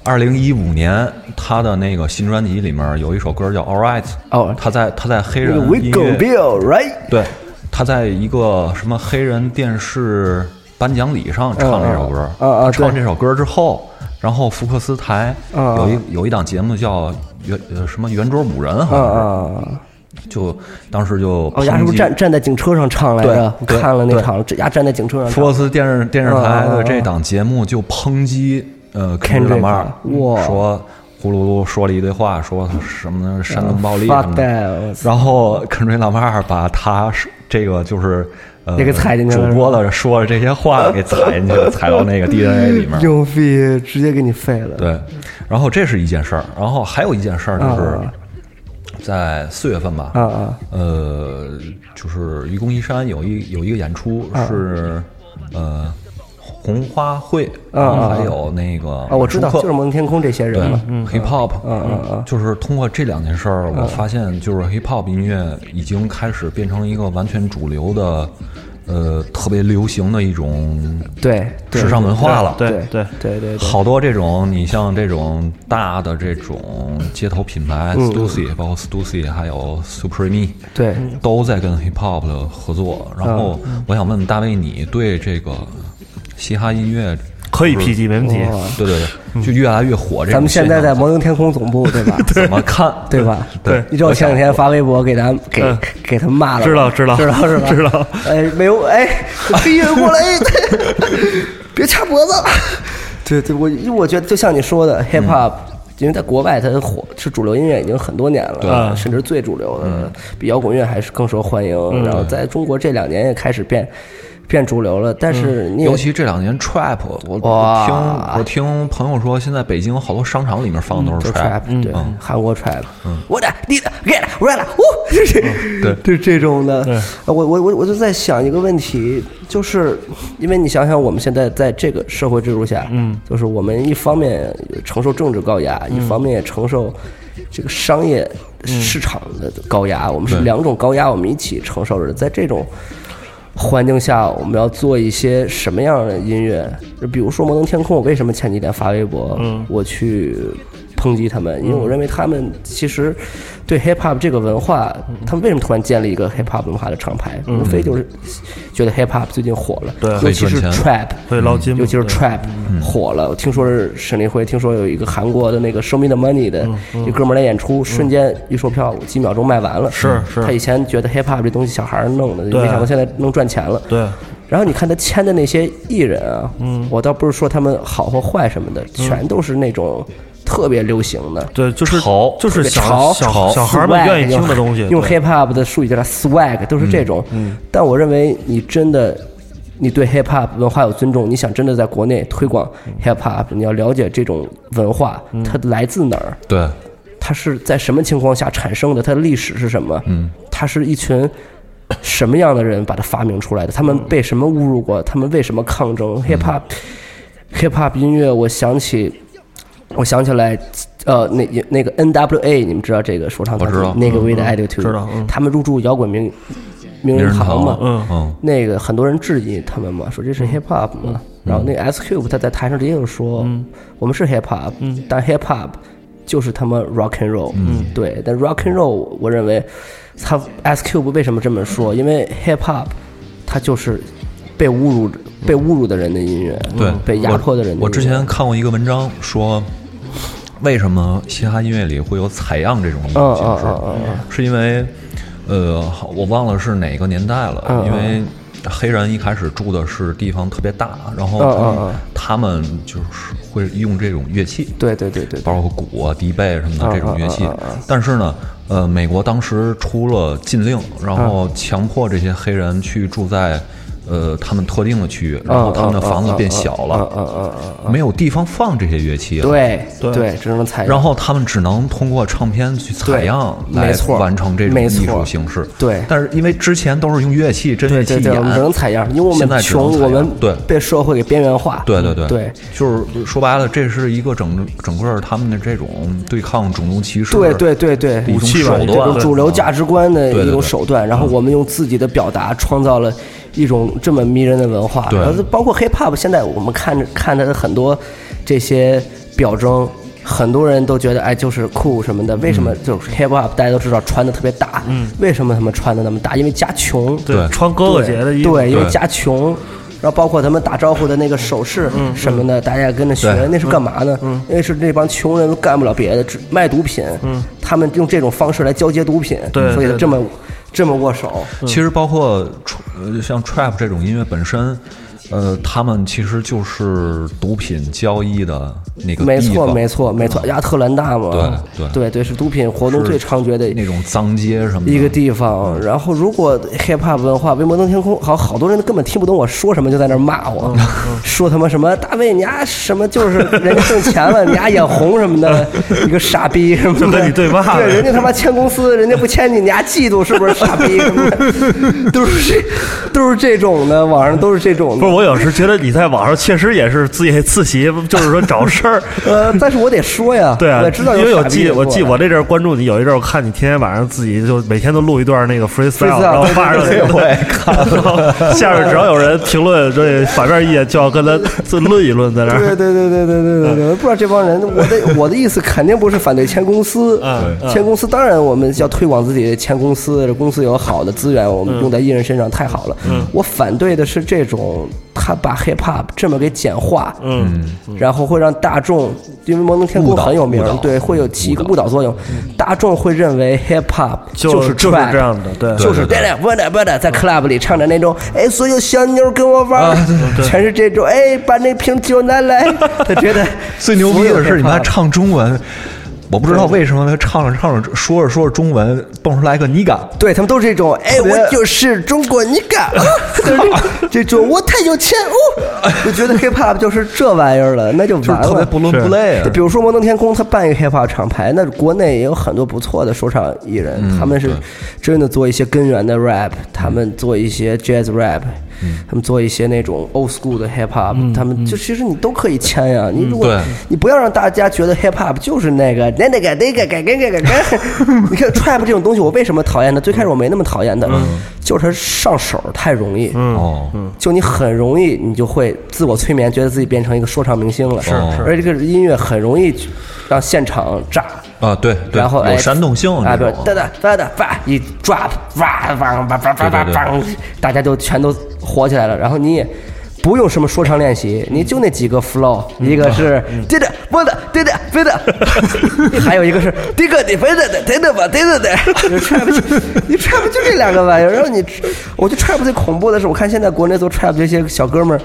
二零一五年他的那个新专辑里面有一首歌叫《All Right》，
哦
他在他在黑人
那个 We
音
Go
乐
Bill Right。
对，他在一个什么黑人电视颁奖礼上唱这首歌，
嗯嗯嗯嗯
唱完
对
这首歌之后，然后福克斯台
嗯嗯
有一有一档节目叫圆呃什么圆桌五人，好
啊
像是
啊！
就当时就
哦，丫是
抨
不
击
是站站在警车上唱来着？我
对对
看了那
对
场，这丫站在警车上
福
唱
克。斯电视电视
啊
台的这档节目就抨击呃
Kendrick
拉马尔，
哇啊
说呼噜噜说了一堆话，说什么煽动暴力什
Fuck
么
that！
的。
我操
然后 Kendrick Lamar 把他是这个就是呃
那个踩进去了
主播的说的这些话给踩进去了，踩到那个 DNA 里面。
牛逼，直接给你废了。
对，然后这是一件事儿，然后还有一件事儿就是
啊。
在四月份吧，
啊啊
呃，就是愚公移山有一有一个演出是，
啊
呃，红花会，然后还有那个
啊，我知道，
舒克
就是嗯蒙天空这些人
对
嘛。
，hip hop，嗯
啊
嗯，就是通过这两件事儿，我发现就是 hip hop 音乐已经开始变成一个完全主流的，呃，特别流行的一种
对，对
时尚文化了，
对
对对对对，
好多这种，你像这种大的这种街头品牌、Stussy，包括 Stussy，还有 Supreme，
嗯对嗯
都在跟 Hip Hop 的合作。然后我想问问大卫，你对这个嘻哈音乐
可以
就是
PG 没问题。
对对对，就越来越火。这
啊嗯
种
咱们现在在
现象
蒙天空总部，对 吧？
怎么 看？
对吧？
对
你知道我前两天发微博给咱给
嗯
给他们骂了吗，
知道知道
知道是 吧？
知道。
哎，没有，哎，逼 人过来，别掐脖子。对对，我因为我觉得就像你说的，hip
嗯
hop 因为在国外它火是主流音乐已经很多年了，甚至最主流
嗯
的，比摇滚乐还是更受欢迎。然后在中国这两年也开始变变主流了，但是
嗯
你也
尤其这两年 trap，我我
哇
听我听朋友说，现在北京有好多商场里面放的都
嗯都
是
是 trap，
trap，嗯
对，韩国 trap，我的你的 get right，呜，这这
嗯 对
这这种的，呃我我我我就在想一个问题，就是因为你想想我们现在在这个社会制度下，嗯，就是我们一方面承受政治高压，一
嗯
方面也承受这个商业市场的高压，我们是
对
两种高压，我们一起承受着，在这种。环境下，我们要做一些什么样的音乐？就比如说《摩登天空》，我为什么前几天发微博，我去抨击他们？因为我认为他们其实对 hip hop 这个文化，他们为什么突然建立一个 hip hop 文化的厂牌？无非就是觉得 hip hop 最近火了，
对
尤其
可以
是
赚钱
trap，
对捞金嘛
嗯尤其是
对嗯
trap 火了。我听说是沈立辉，听说有一个韩国的那个《Show Me the Money》的
嗯
一哥们儿来演出，瞬间一售票几秒钟卖完了。
是是
他以前觉得 hip hop 这东西小孩儿弄的，
对
没想到现在能赚钱了。
对，
然后你看他签的那些艺人啊，嗯，我倒不是说他们好或坏什么的，
嗯
全都是那种特别流行的。
对，就是
潮
就是
特别
小
潮
小小孩儿们
swag，
愿意听
用
的东西，
用
对嗯
hip hop 的术语叫它 swag，都是这种。但我认为你真的，你对 hip hop 文化有尊重，你想真的在国内推广
嗯
hip hop，你要了解这种文化，它来自哪儿，
对，
它是在什么情况下产生的，它的历史是什么？嗯，它是一群。什么样的人把它发明出来的？他们被什么侮辱过？他们为什么抗争？hip
嗯
hop hip hop 音乐，我想起，我想起来，呃，那那个 N W A，你们知道这个说唱团体
我知道
那个 With Attitude，、
知道嗯
他们入驻摇滚名名
名
人
人
堂
堂
嘛，
嗯嗯，
那个很多人质疑他们嘛，说这是 hip hop 嘛，然后那个 S Cube 他在台上直接就说，
嗯
我们是 hip hop，、但 hip hop 就是他妈 rock and roll，、对，
嗯
但 rock and roll 我认为他 S Cube 为什么这么说？因为 hip hop 它就是被侮辱被侮辱的人的音乐，嗯
对，
被压迫的人的音乐
我。我之前看过一个文章说，为什么嘻哈音乐里会有采样这种形式？
嗯嗯嗯嗯嗯
是因为，呃，好我忘了是哪个年代了，
嗯
因为。黑人一开始住的是地方特别大，然后
嗯
他
嗯
们,、
嗯
他们就是会用这种乐器，
对对对对对，
包括鼓啊、笛贝什么的
嗯
这种乐器。
嗯嗯嗯
但是呢，呃，美国当时出了禁令，然后强迫这些黑人去住在呃他们特定的
啊
区域，然后他们的房子变小了，
嗯嗯嗯嗯，
没有地方放这些乐器了。
对对，只能采样。
然后他们只能通过唱片去采样
对
来
没错
完成这种
没
艺
错
术形式。
对
但是因为之前都是用乐器、真乐器
对对，我们只能
演，
采样，因为我
现在
们
只能
穷，
采
我
样
们
对
被社会给边缘化。
对对对
对，
就是说白了，这是一个整整个他们的这种对抗种族歧视，
对对对对，嗯
一
武
种
器
手
吧，这
段
种主流价值观的
对对
一种
对
手段。然后我们用自己的表达创造了一种这么迷人的文化。
对
然后包括 hip hop，现在我们看着看它的很多这些表征。很多人都觉得哎，就是酷什么的，为什么就是 hip hop 大家都知道穿的特别大？嗯，为什么他们穿的那么大？因为家穷，
对
穿哥哥姐的衣服，
对，因为
对
家穷，然后包括他们打招呼的那个手势
嗯
什么的，大家也跟着学
对，
那是干嘛呢？那是那帮穷人干不了别的，只卖毒品，他们用这种方式来交接毒品，
嗯对
所
对
以
对
这么这么握手，
其实包括 tr- 呃像 trap 这种音乐本身，呃，他们其实就是毒品交易的那个
没
地
错
方嗯
没错没错，亚特兰大嘛，
对对
对对，是毒品活动
是
最猖獗的
那种脏街什么的
一个地
嗯
方。然后，如果 hip hop 文化为摩登天空，好好多人根本听不懂我说什么，就在那儿骂我，
嗯
说他妈什么大卫你丫什么就是人家挣钱了，你丫眼红什 么的，一个傻逼什么的，
就跟你对骂
对，人家他妈签公司，人家不签你，你丫嫉妒是不是傻逼什 么的，都是这都是这种的，网上都是这种
不
的
是，。我有时觉得你在网上确实也是自己 自习，就是说找事 儿。
呃，但是我得说呀，
对啊
我知道，
因为
有
我
傻逼
记
人
我
过
记
来
我那阵儿关注你，有一阵儿我看你天天晚上自己就每天都录一段那个 freestyle，
freestyle，
然后
对
发上去，
对对对
也看。然后下面只要有人评论这反面意见，就要跟他自 论一论，在那
对
儿。
对对对对对对对，不知道这帮人，我的 我的意思肯定不是反对签公司，
嗯
签公司当然我们要推广自己的签公
嗯
司，公司有好的资源，我们用在艺人身上太好了。我反对的是这种他把 hip hop 这么给简化，嗯，然后会让大众，因为摩登天空
误导
很有名
误导，嗯
对，会有起一个误导作用，大众会认为 hip hop
就是就是
trap
这样的对
就是
对对对
哒吧哒吧哒，在 club 里唱着那种，哎，所有小妞跟我玩儿，
啊
全是这种，哎，把那瓶酒拿 来，他觉得
最牛逼的
所有
是你妈
hip-hop
唱中文，我不知道为什么他唱着唱着说着说着中文蹦出来一个尼嘎，
对他们都是这种，哎，我就是中国尼嘎， 就是这种我太有钱哦，就觉得 hip hop 就是这玩意儿了，那就
就
完
是特别
了。
不伦不类啊
就。比如说摩登天空，他办一个 hip hop 厂牌，那国内也有很多不错的说唱艺人，
嗯
他们是真的做一些根源的 rap，他们做一些 jazz rap，、他
嗯
们做一些那种 old school 的 hip hop，、他们就其实你都可以签呀、你如果、
嗯对
你不要让大家觉得 hip hop 就是那个那那个那个改改改改改， 你看 trap 这种东西，我为什么讨厌它？最开始我没那么讨厌
嗯
它，就是它上手太容易，
哦，
就你很容易你就会自我催眠，觉得自己变成一个说唱明星了，是
是
而且这个音乐很容易让现场炸。
啊，对对，
然后哎
有煽动性
啊，
这
不
种，
哒哒哒哒叭一 drop，哇哇哇哇哇哇哇，大家就全都火起来了。然后你也不用什么说唱练习，你就那几个 flow，一
嗯
个是滴的我的滴的飞的， 还有一个是滴个你飞的的滴的吧滴的的， 你 trap 你 trap 就这两个玩意儿。然后你，我觉得 trap 最恐怖的是，我看现在国内做 trap 这些小哥们儿。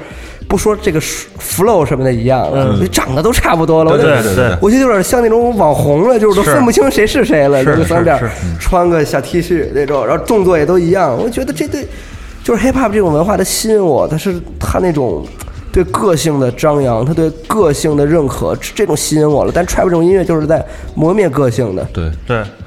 不说这个 flow 什么的一样了，
嗯
长得都差不多了。我觉得
对对对对
我觉得有点像那种网红了，就是都
是
分不清谁是谁了。
是
就是三点
是
儿
嗯
穿个小 T 恤那种，然后动作也都一样。我觉得这对就是 hip hop 这种文化，它吸引我，它是它那种对个性的张扬，它对个性的认可，这种吸引我了。但 trap 这种音乐就是在磨灭个性的，
对。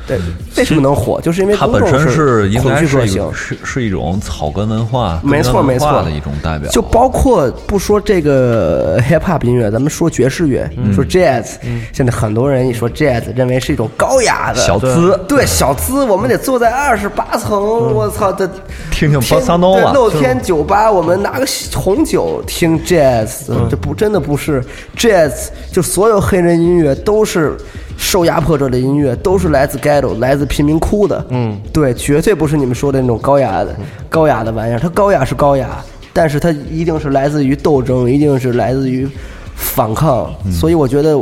对，
对，为什么能火？就是因为
它
公
本
众
身是应
恐
该
惧
是
个
一
性
种，是是一种草根文化，
没错
根源
没
文化
错
的一种代表，
就包括不说这个 hip hop 音乐，咱们说爵士乐，
嗯
说 jazz，、现在很多人一说 jazz，认为是一种高雅的
小资嗯
对小资，我们得坐在二十八层，我操的，
听听
天
bossa nova
对露天酒吧，我们拿个红酒听 jazz，、这
嗯
不真的不是 jazz，就所有黑人音乐都是。受压迫者的音乐都是来自 ghetto，来自贫民窟的，嗯，对，绝对不是你们说的那种高雅的、
嗯
高雅的玩意儿。它高雅是高雅，但是它一定是来自于斗争，一定是来自于反抗。所以我觉得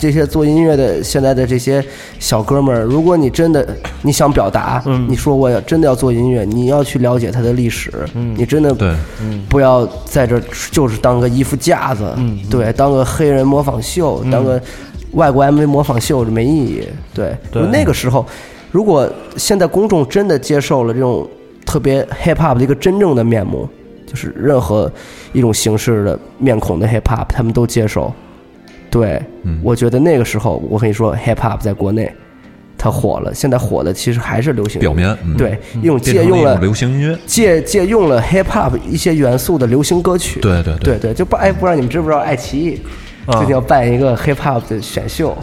这些做音乐的现在的这些小哥们儿，如果你真的你想表达，你说我要真的要做音乐，你要去了解它的历史，你真的
对
不要在这儿就是当个衣服架子，对，当个黑人模仿秀，当个外国 MV 模仿秀这没意义。对，那个时候，如果现在公众真的接受了这种特别 hip hop 的一个真正的面目，就是任何一种形式的面孔的 hip hop，他们都接受。对，
嗯
我觉得那个时候，我跟你说，hip hop 在国内它火了，现在火的其实还是流行
表面嗯
对，一种借
变成了
用
一
了
种流行音乐。
借借用了 hip hop 一些元素的流行歌曲。
对对
对
对
对，就不哎，不知道你们知不知道，爱奇艺最近要办一个 hip hop 的选秀，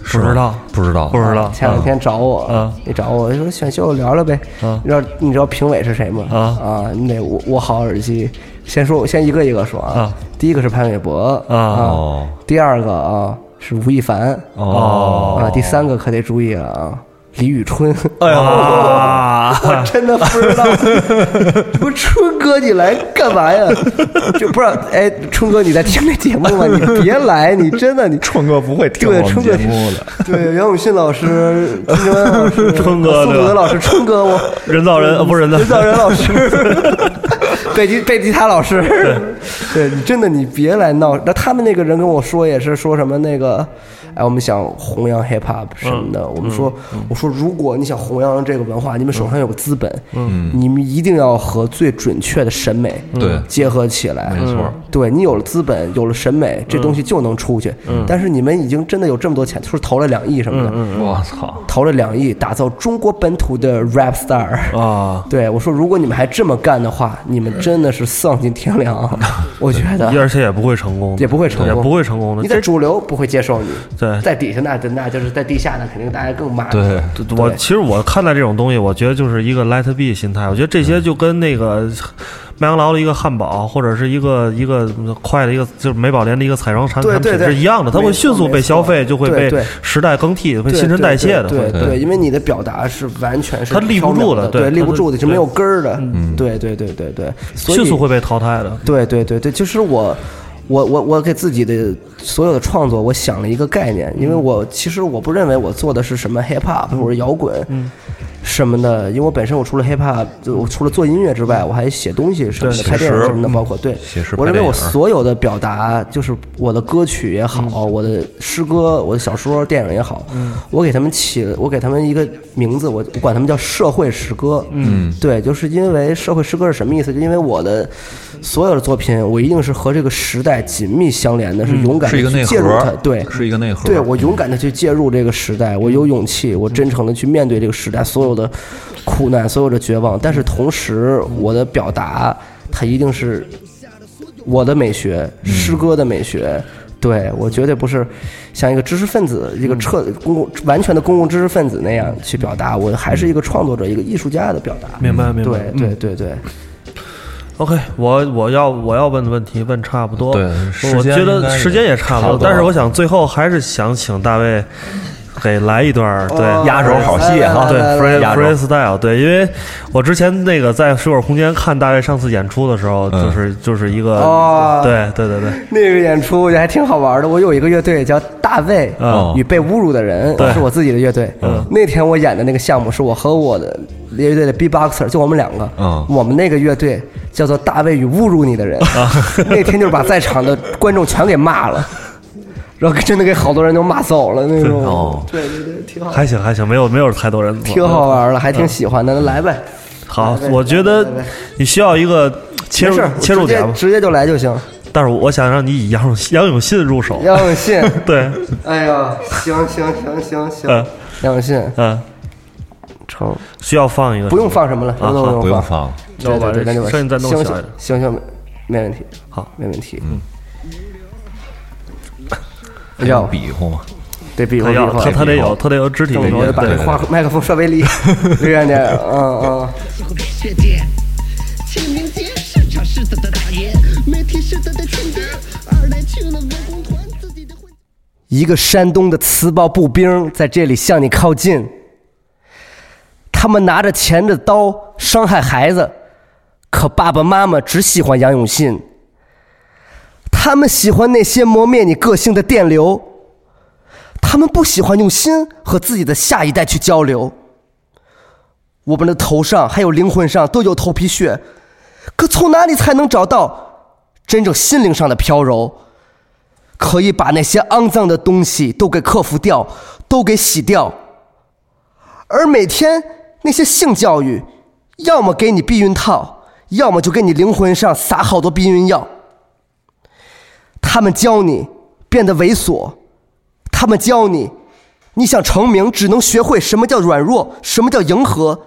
不知道，
不知道
不知道，
啊前两天找我
嗯，
你找我说选秀聊聊呗。你知道你知道评委是谁吗？
啊
啊，你得我我好耳机。先说，我先一个一个说啊
啊。
第一个是潘玮柏
啊
哦
第二个啊是吴亦凡
哦
啊，第三个可得注意了啊，李宇春。
哎 呀，
我真的不知 道，不是春哥你来干嘛呀？就不知道哎，春哥你在听这节目吗？你别来，你真的你
春哥不会听
对
我们
春哥
节目的，
对袁永信老师、金正恩老 师、
春哥
宋
对吧
祖德老师、春哥我
人造人呃不是人造
嗯人造人 老师。贝吉贝吉他老师，对你真的你别来闹。那他们那个人跟我说也是说什么那个，哎，我们想弘扬 hip hop 什么
嗯
的。我们说，我说如果你想弘扬这个文化，你们手上有个资本，嗯，你们一定要和最准确的审美
对
结合起来。
没错
对你有了资本，有了审美，这
嗯
东西就能出去。但是你们已经真的有这么多钱，就是投了两亿什么
嗯
的，
我操！
投了两亿打造中国本土的 rap star
啊！
对我说，如果你们还这么干的话，你们真的是丧尽天良啊， 我觉得
而且也不会成功，
也不会成功，
也不会成功的。
你在
这
主流不会接受你，
对
在底下那那就是在地下那肯定大家更骂你。
对
嗯
我其实我看待这种东西，我觉得就是一个 let it be 心态。我觉得这些就跟那个麦当劳的一个汉堡，或者是一个一个嗯快的一个就是美宝莲的一个彩妆产
对
产品
对对
是一样的，它
没
会
错
迅速被
没错
消费，就会
对
被
对
时代更替，会
对
新陈代谢的，
对对
会
对因为你的表达是完全是
它立不
飘渺
住的
的，
对
立
它
不
是
住的，是
对嗯
没有根儿的，对对对对对，所以嗯
迅速会被淘汰的。
对对对对，就是我，我我我给自己的所有的创作，我想了一个概念，因为我其实我不认为我做的是什么 hip hop 或者摇滚，什么的，因为我本身我除了 hip hop，就我除了做音乐之
嗯
外，我还写东西什么的，
对
拍电影什么的，包括对
写诗，
我认为
拍电
我
影
所有的表达，就是我的歌曲也
嗯
好，我的诗歌、我的小说、电影也好，我给他们起了，我给他们一个名字，我我管他们叫社会诗歌。嗯，对，就是因为社会诗歌是什么意思？就因为我的所有的作品，我一定是和这个时代紧密相连的，是勇敢
是一个
的
内
去介入它
核，，
对，
是一个内核。嗯
对我勇敢的去介入这个时代，我有勇气，我真诚的去面对这个时代所有的苦难，所有的绝望。但是同时，我的表达它一定是我的美学，
嗯
诗歌的美学。对我绝对不是像一个知识分子，一
嗯
个彻公共完全的公共知识分子那样去表达，我还
嗯
是一个创作者，一个艺术家的表达。
明白，明白。
对对对对，
OK，我我要我要问的问题问差不多，
对
我
时间
觉
应
得
该也
时间也差不
差
多，
不多
但是我想最后还是想请大卫给来一段
哦
儿，对，
压轴好戏啊哈，
对，free
压轴
freestyle，对，因为我之前那个在水果空间看大卫上次演出的时
嗯
候，就是就是一个
哦，
对对对对，
那个演出我觉得还挺好玩的。我有一个乐队叫大卫
嗯
与被侮辱的人
对，嗯
是我自己的乐队。那天我演的那个项目是我和我的乐队的 B-boxer，就我们两个
嗯。
我们那个乐队叫做大卫与侮辱你的人。
啊
那天就是把在场的观众全给骂了，然后真的给好多人都骂走了那种
哦。
对对对，挺好，
还行还行，没有没有太多人，
挺好玩的，还挺喜欢的。那来呗，
好
来呗，
我觉得
来呗
你需要一个切
没
入
事儿，
切入
直接
点吧，
直接就来就行。
但是我想让你以杨永杨永信入手，
杨 永信，
对，
哎呀，行行行行
嗯
行，杨永信。
嗯，
成，
需要放一个，
不用放什么了，什么都
不用
放，
放，
那我把
对
这
对对，
声音再弄小一
行行
点。
行行，没问题，
好，
没问题，
还
要
用比划吗？
对，比划
他
比
要
划
他，他得有他得有肢体语
我得
言，
把
对
这话麦克风稍 微离离远点，嗯嗯，
最后被血街，清明节市场是他的大爷，媒体是他的间谍，二来去了文工团，自己的婚。
一个山东的糍粑步兵在这里向你靠近，他们拿着钱的刀伤害孩子，可爸爸妈妈只喜欢杨永信。他们喜欢那些磨灭你个性的电流，他们不喜欢用心和自己的下一代去交流。我们的头上还有灵魂上都有头皮屑，可从哪里才能找到真正心灵上的飘柔？可以把那些肮脏的东西都给克服掉，都给洗掉。而每天那些性教育，要么给你避孕套，要么就给你灵魂上撒好多避孕药。他们教你变得猥琐，他们教你，你想成名只能学会什么叫软弱，什么叫迎合。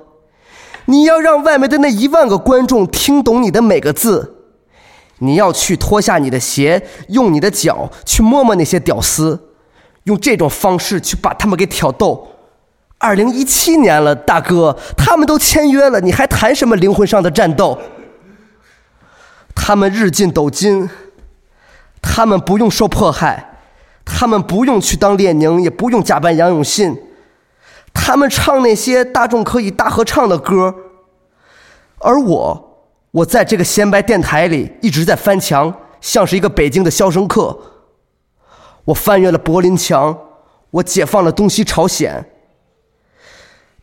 你要让外面的那一万个观众听懂你的每个字。你要去脱下你的鞋，用你的脚去摸摸那些屌丝，用这种方式去把他们给挑逗。二零一七年了，大哥，他们都签约了，你还谈什么灵魂上的战斗？他们日进斗金，他们不用受迫害，他们不用去当列宁，也不用假扮杨永信，他们唱那些大众可以大合唱的歌。而我，我在这个闲白电台里一直在翻墙，像是一个北京的肖申克。我翻越了柏林墙，我解放了东西朝鲜。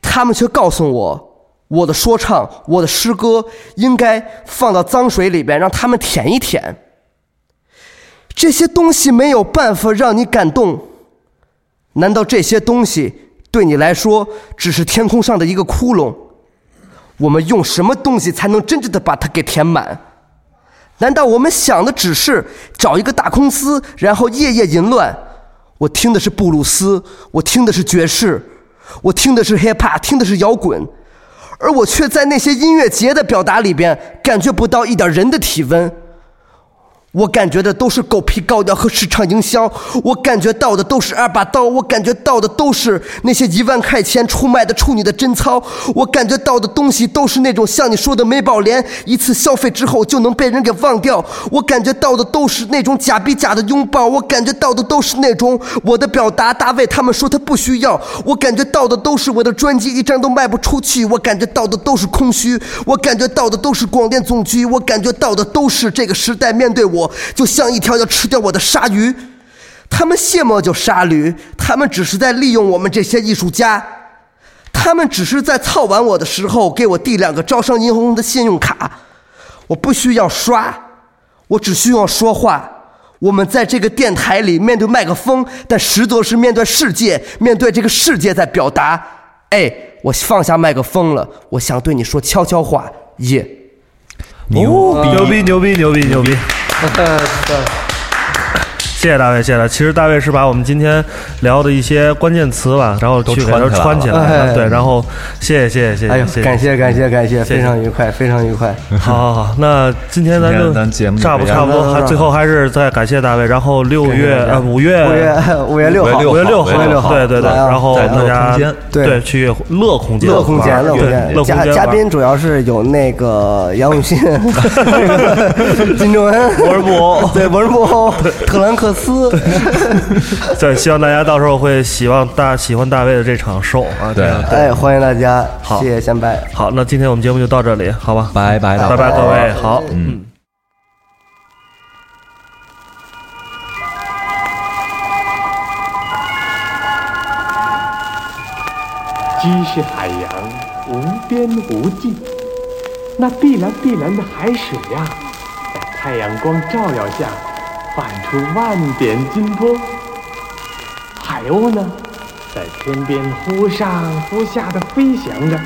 他们却告诉我，我的说唱，我的诗歌应该放到脏水里边，让他们舔一舔。这些东西没有办法让你感动，难道这些东西对你来说只是天空上的一个窟窿？我们用什么东西才能真正的把它给填满？难道我们想的只是找一个大公司，然后夜夜淫乱？我听的是布鲁斯，我听的是爵士，我听的是 hip hop，听的是摇滚，而我却在那些音乐节的表达里边感觉不到一点人的体温。我感觉的都是狗皮膏药和市场营销，我感觉到的都是二把刀，我感觉到的都是那些一万块钱出卖的处女的贞操，我感觉到的东西都是那种像你说的美宝莲，一次消费之后就能被人给忘掉，我感觉到的都是那种假逼假的拥抱，我感觉到的都是那种我的表达，大卫他们说他不需要，我感觉到的都是我的专辑一张都卖不出去，我感觉到的都是空虚，我感觉到的都是广电总局，我感觉到的都是这个时代面对我就像一条要吃掉我的鲨鱼，他们卸磨就杀驴，他们只是在利用我们这些艺术家。他们只是在操完我的时候给我递两个招商银行的信用卡，我不需要刷，我只需要说话。我们在这个电台里面对麦克风，但实则是面对世界，面对这个世界在表达。哎，我放下麦克风了，我想对你说悄悄话，耶、
牛
哦
逼！
牛逼牛逼牛逼牛 逼！谢谢大卫，谢谢大卫。其实大卫是把我们今天聊的一些关键词吧，然后
都
去给
串
它
起来
串起
了
来了。
哎
对，然后谢谢谢谢
哎呦
谢谢，，
感谢感谢感谢，
谢
非常愉快，非常愉快。
好好好，那今天咱就
今天咱节目就
差不
这样
差不多，还最后还是再感谢大卫。然后六月呃五月
五月五月六号，
五月六
五月六
号，哎
号
对对对，
来啊
然后
在
大
乐
家
空间
对
对去乐空间
乐空间，
玩
乐空
对乐空
间，嘉
间啊
嘉
玩
宾主要是有那个杨永信、金正恩、
博尔布欧
对博尔布欧、特兰克斯，
对，希望大家到时候会希望大喜欢大卫的这场 show 啊。这样
哎，欢迎大家，
好
谢谢先拜。
好，那今天我们节目就到这里，好吧？
拜拜大
拜
卫
拜各位，好，嗯。
鸡是海洋，无边无际。那碧蓝碧蓝的海水呀、在太阳光照耀下，泛出万点金波。海鸥呢，在天边忽上忽下的飞翔着。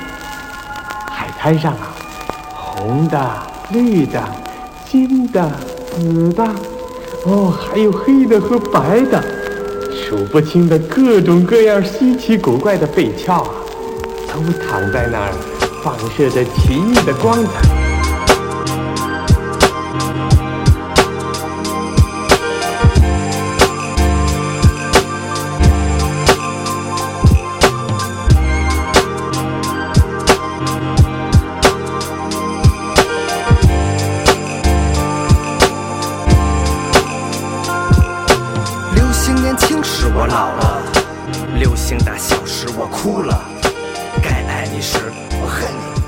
海滩上啊，红的、绿的、金的、紫的，哦，还有黑的和白的，数不清的各种各样稀奇古怪的贝壳啊，都躺在那儿，放射着奇异的光彩。
流行年轻时我老了，流行大笑时我哭了，该爱你时我恨你，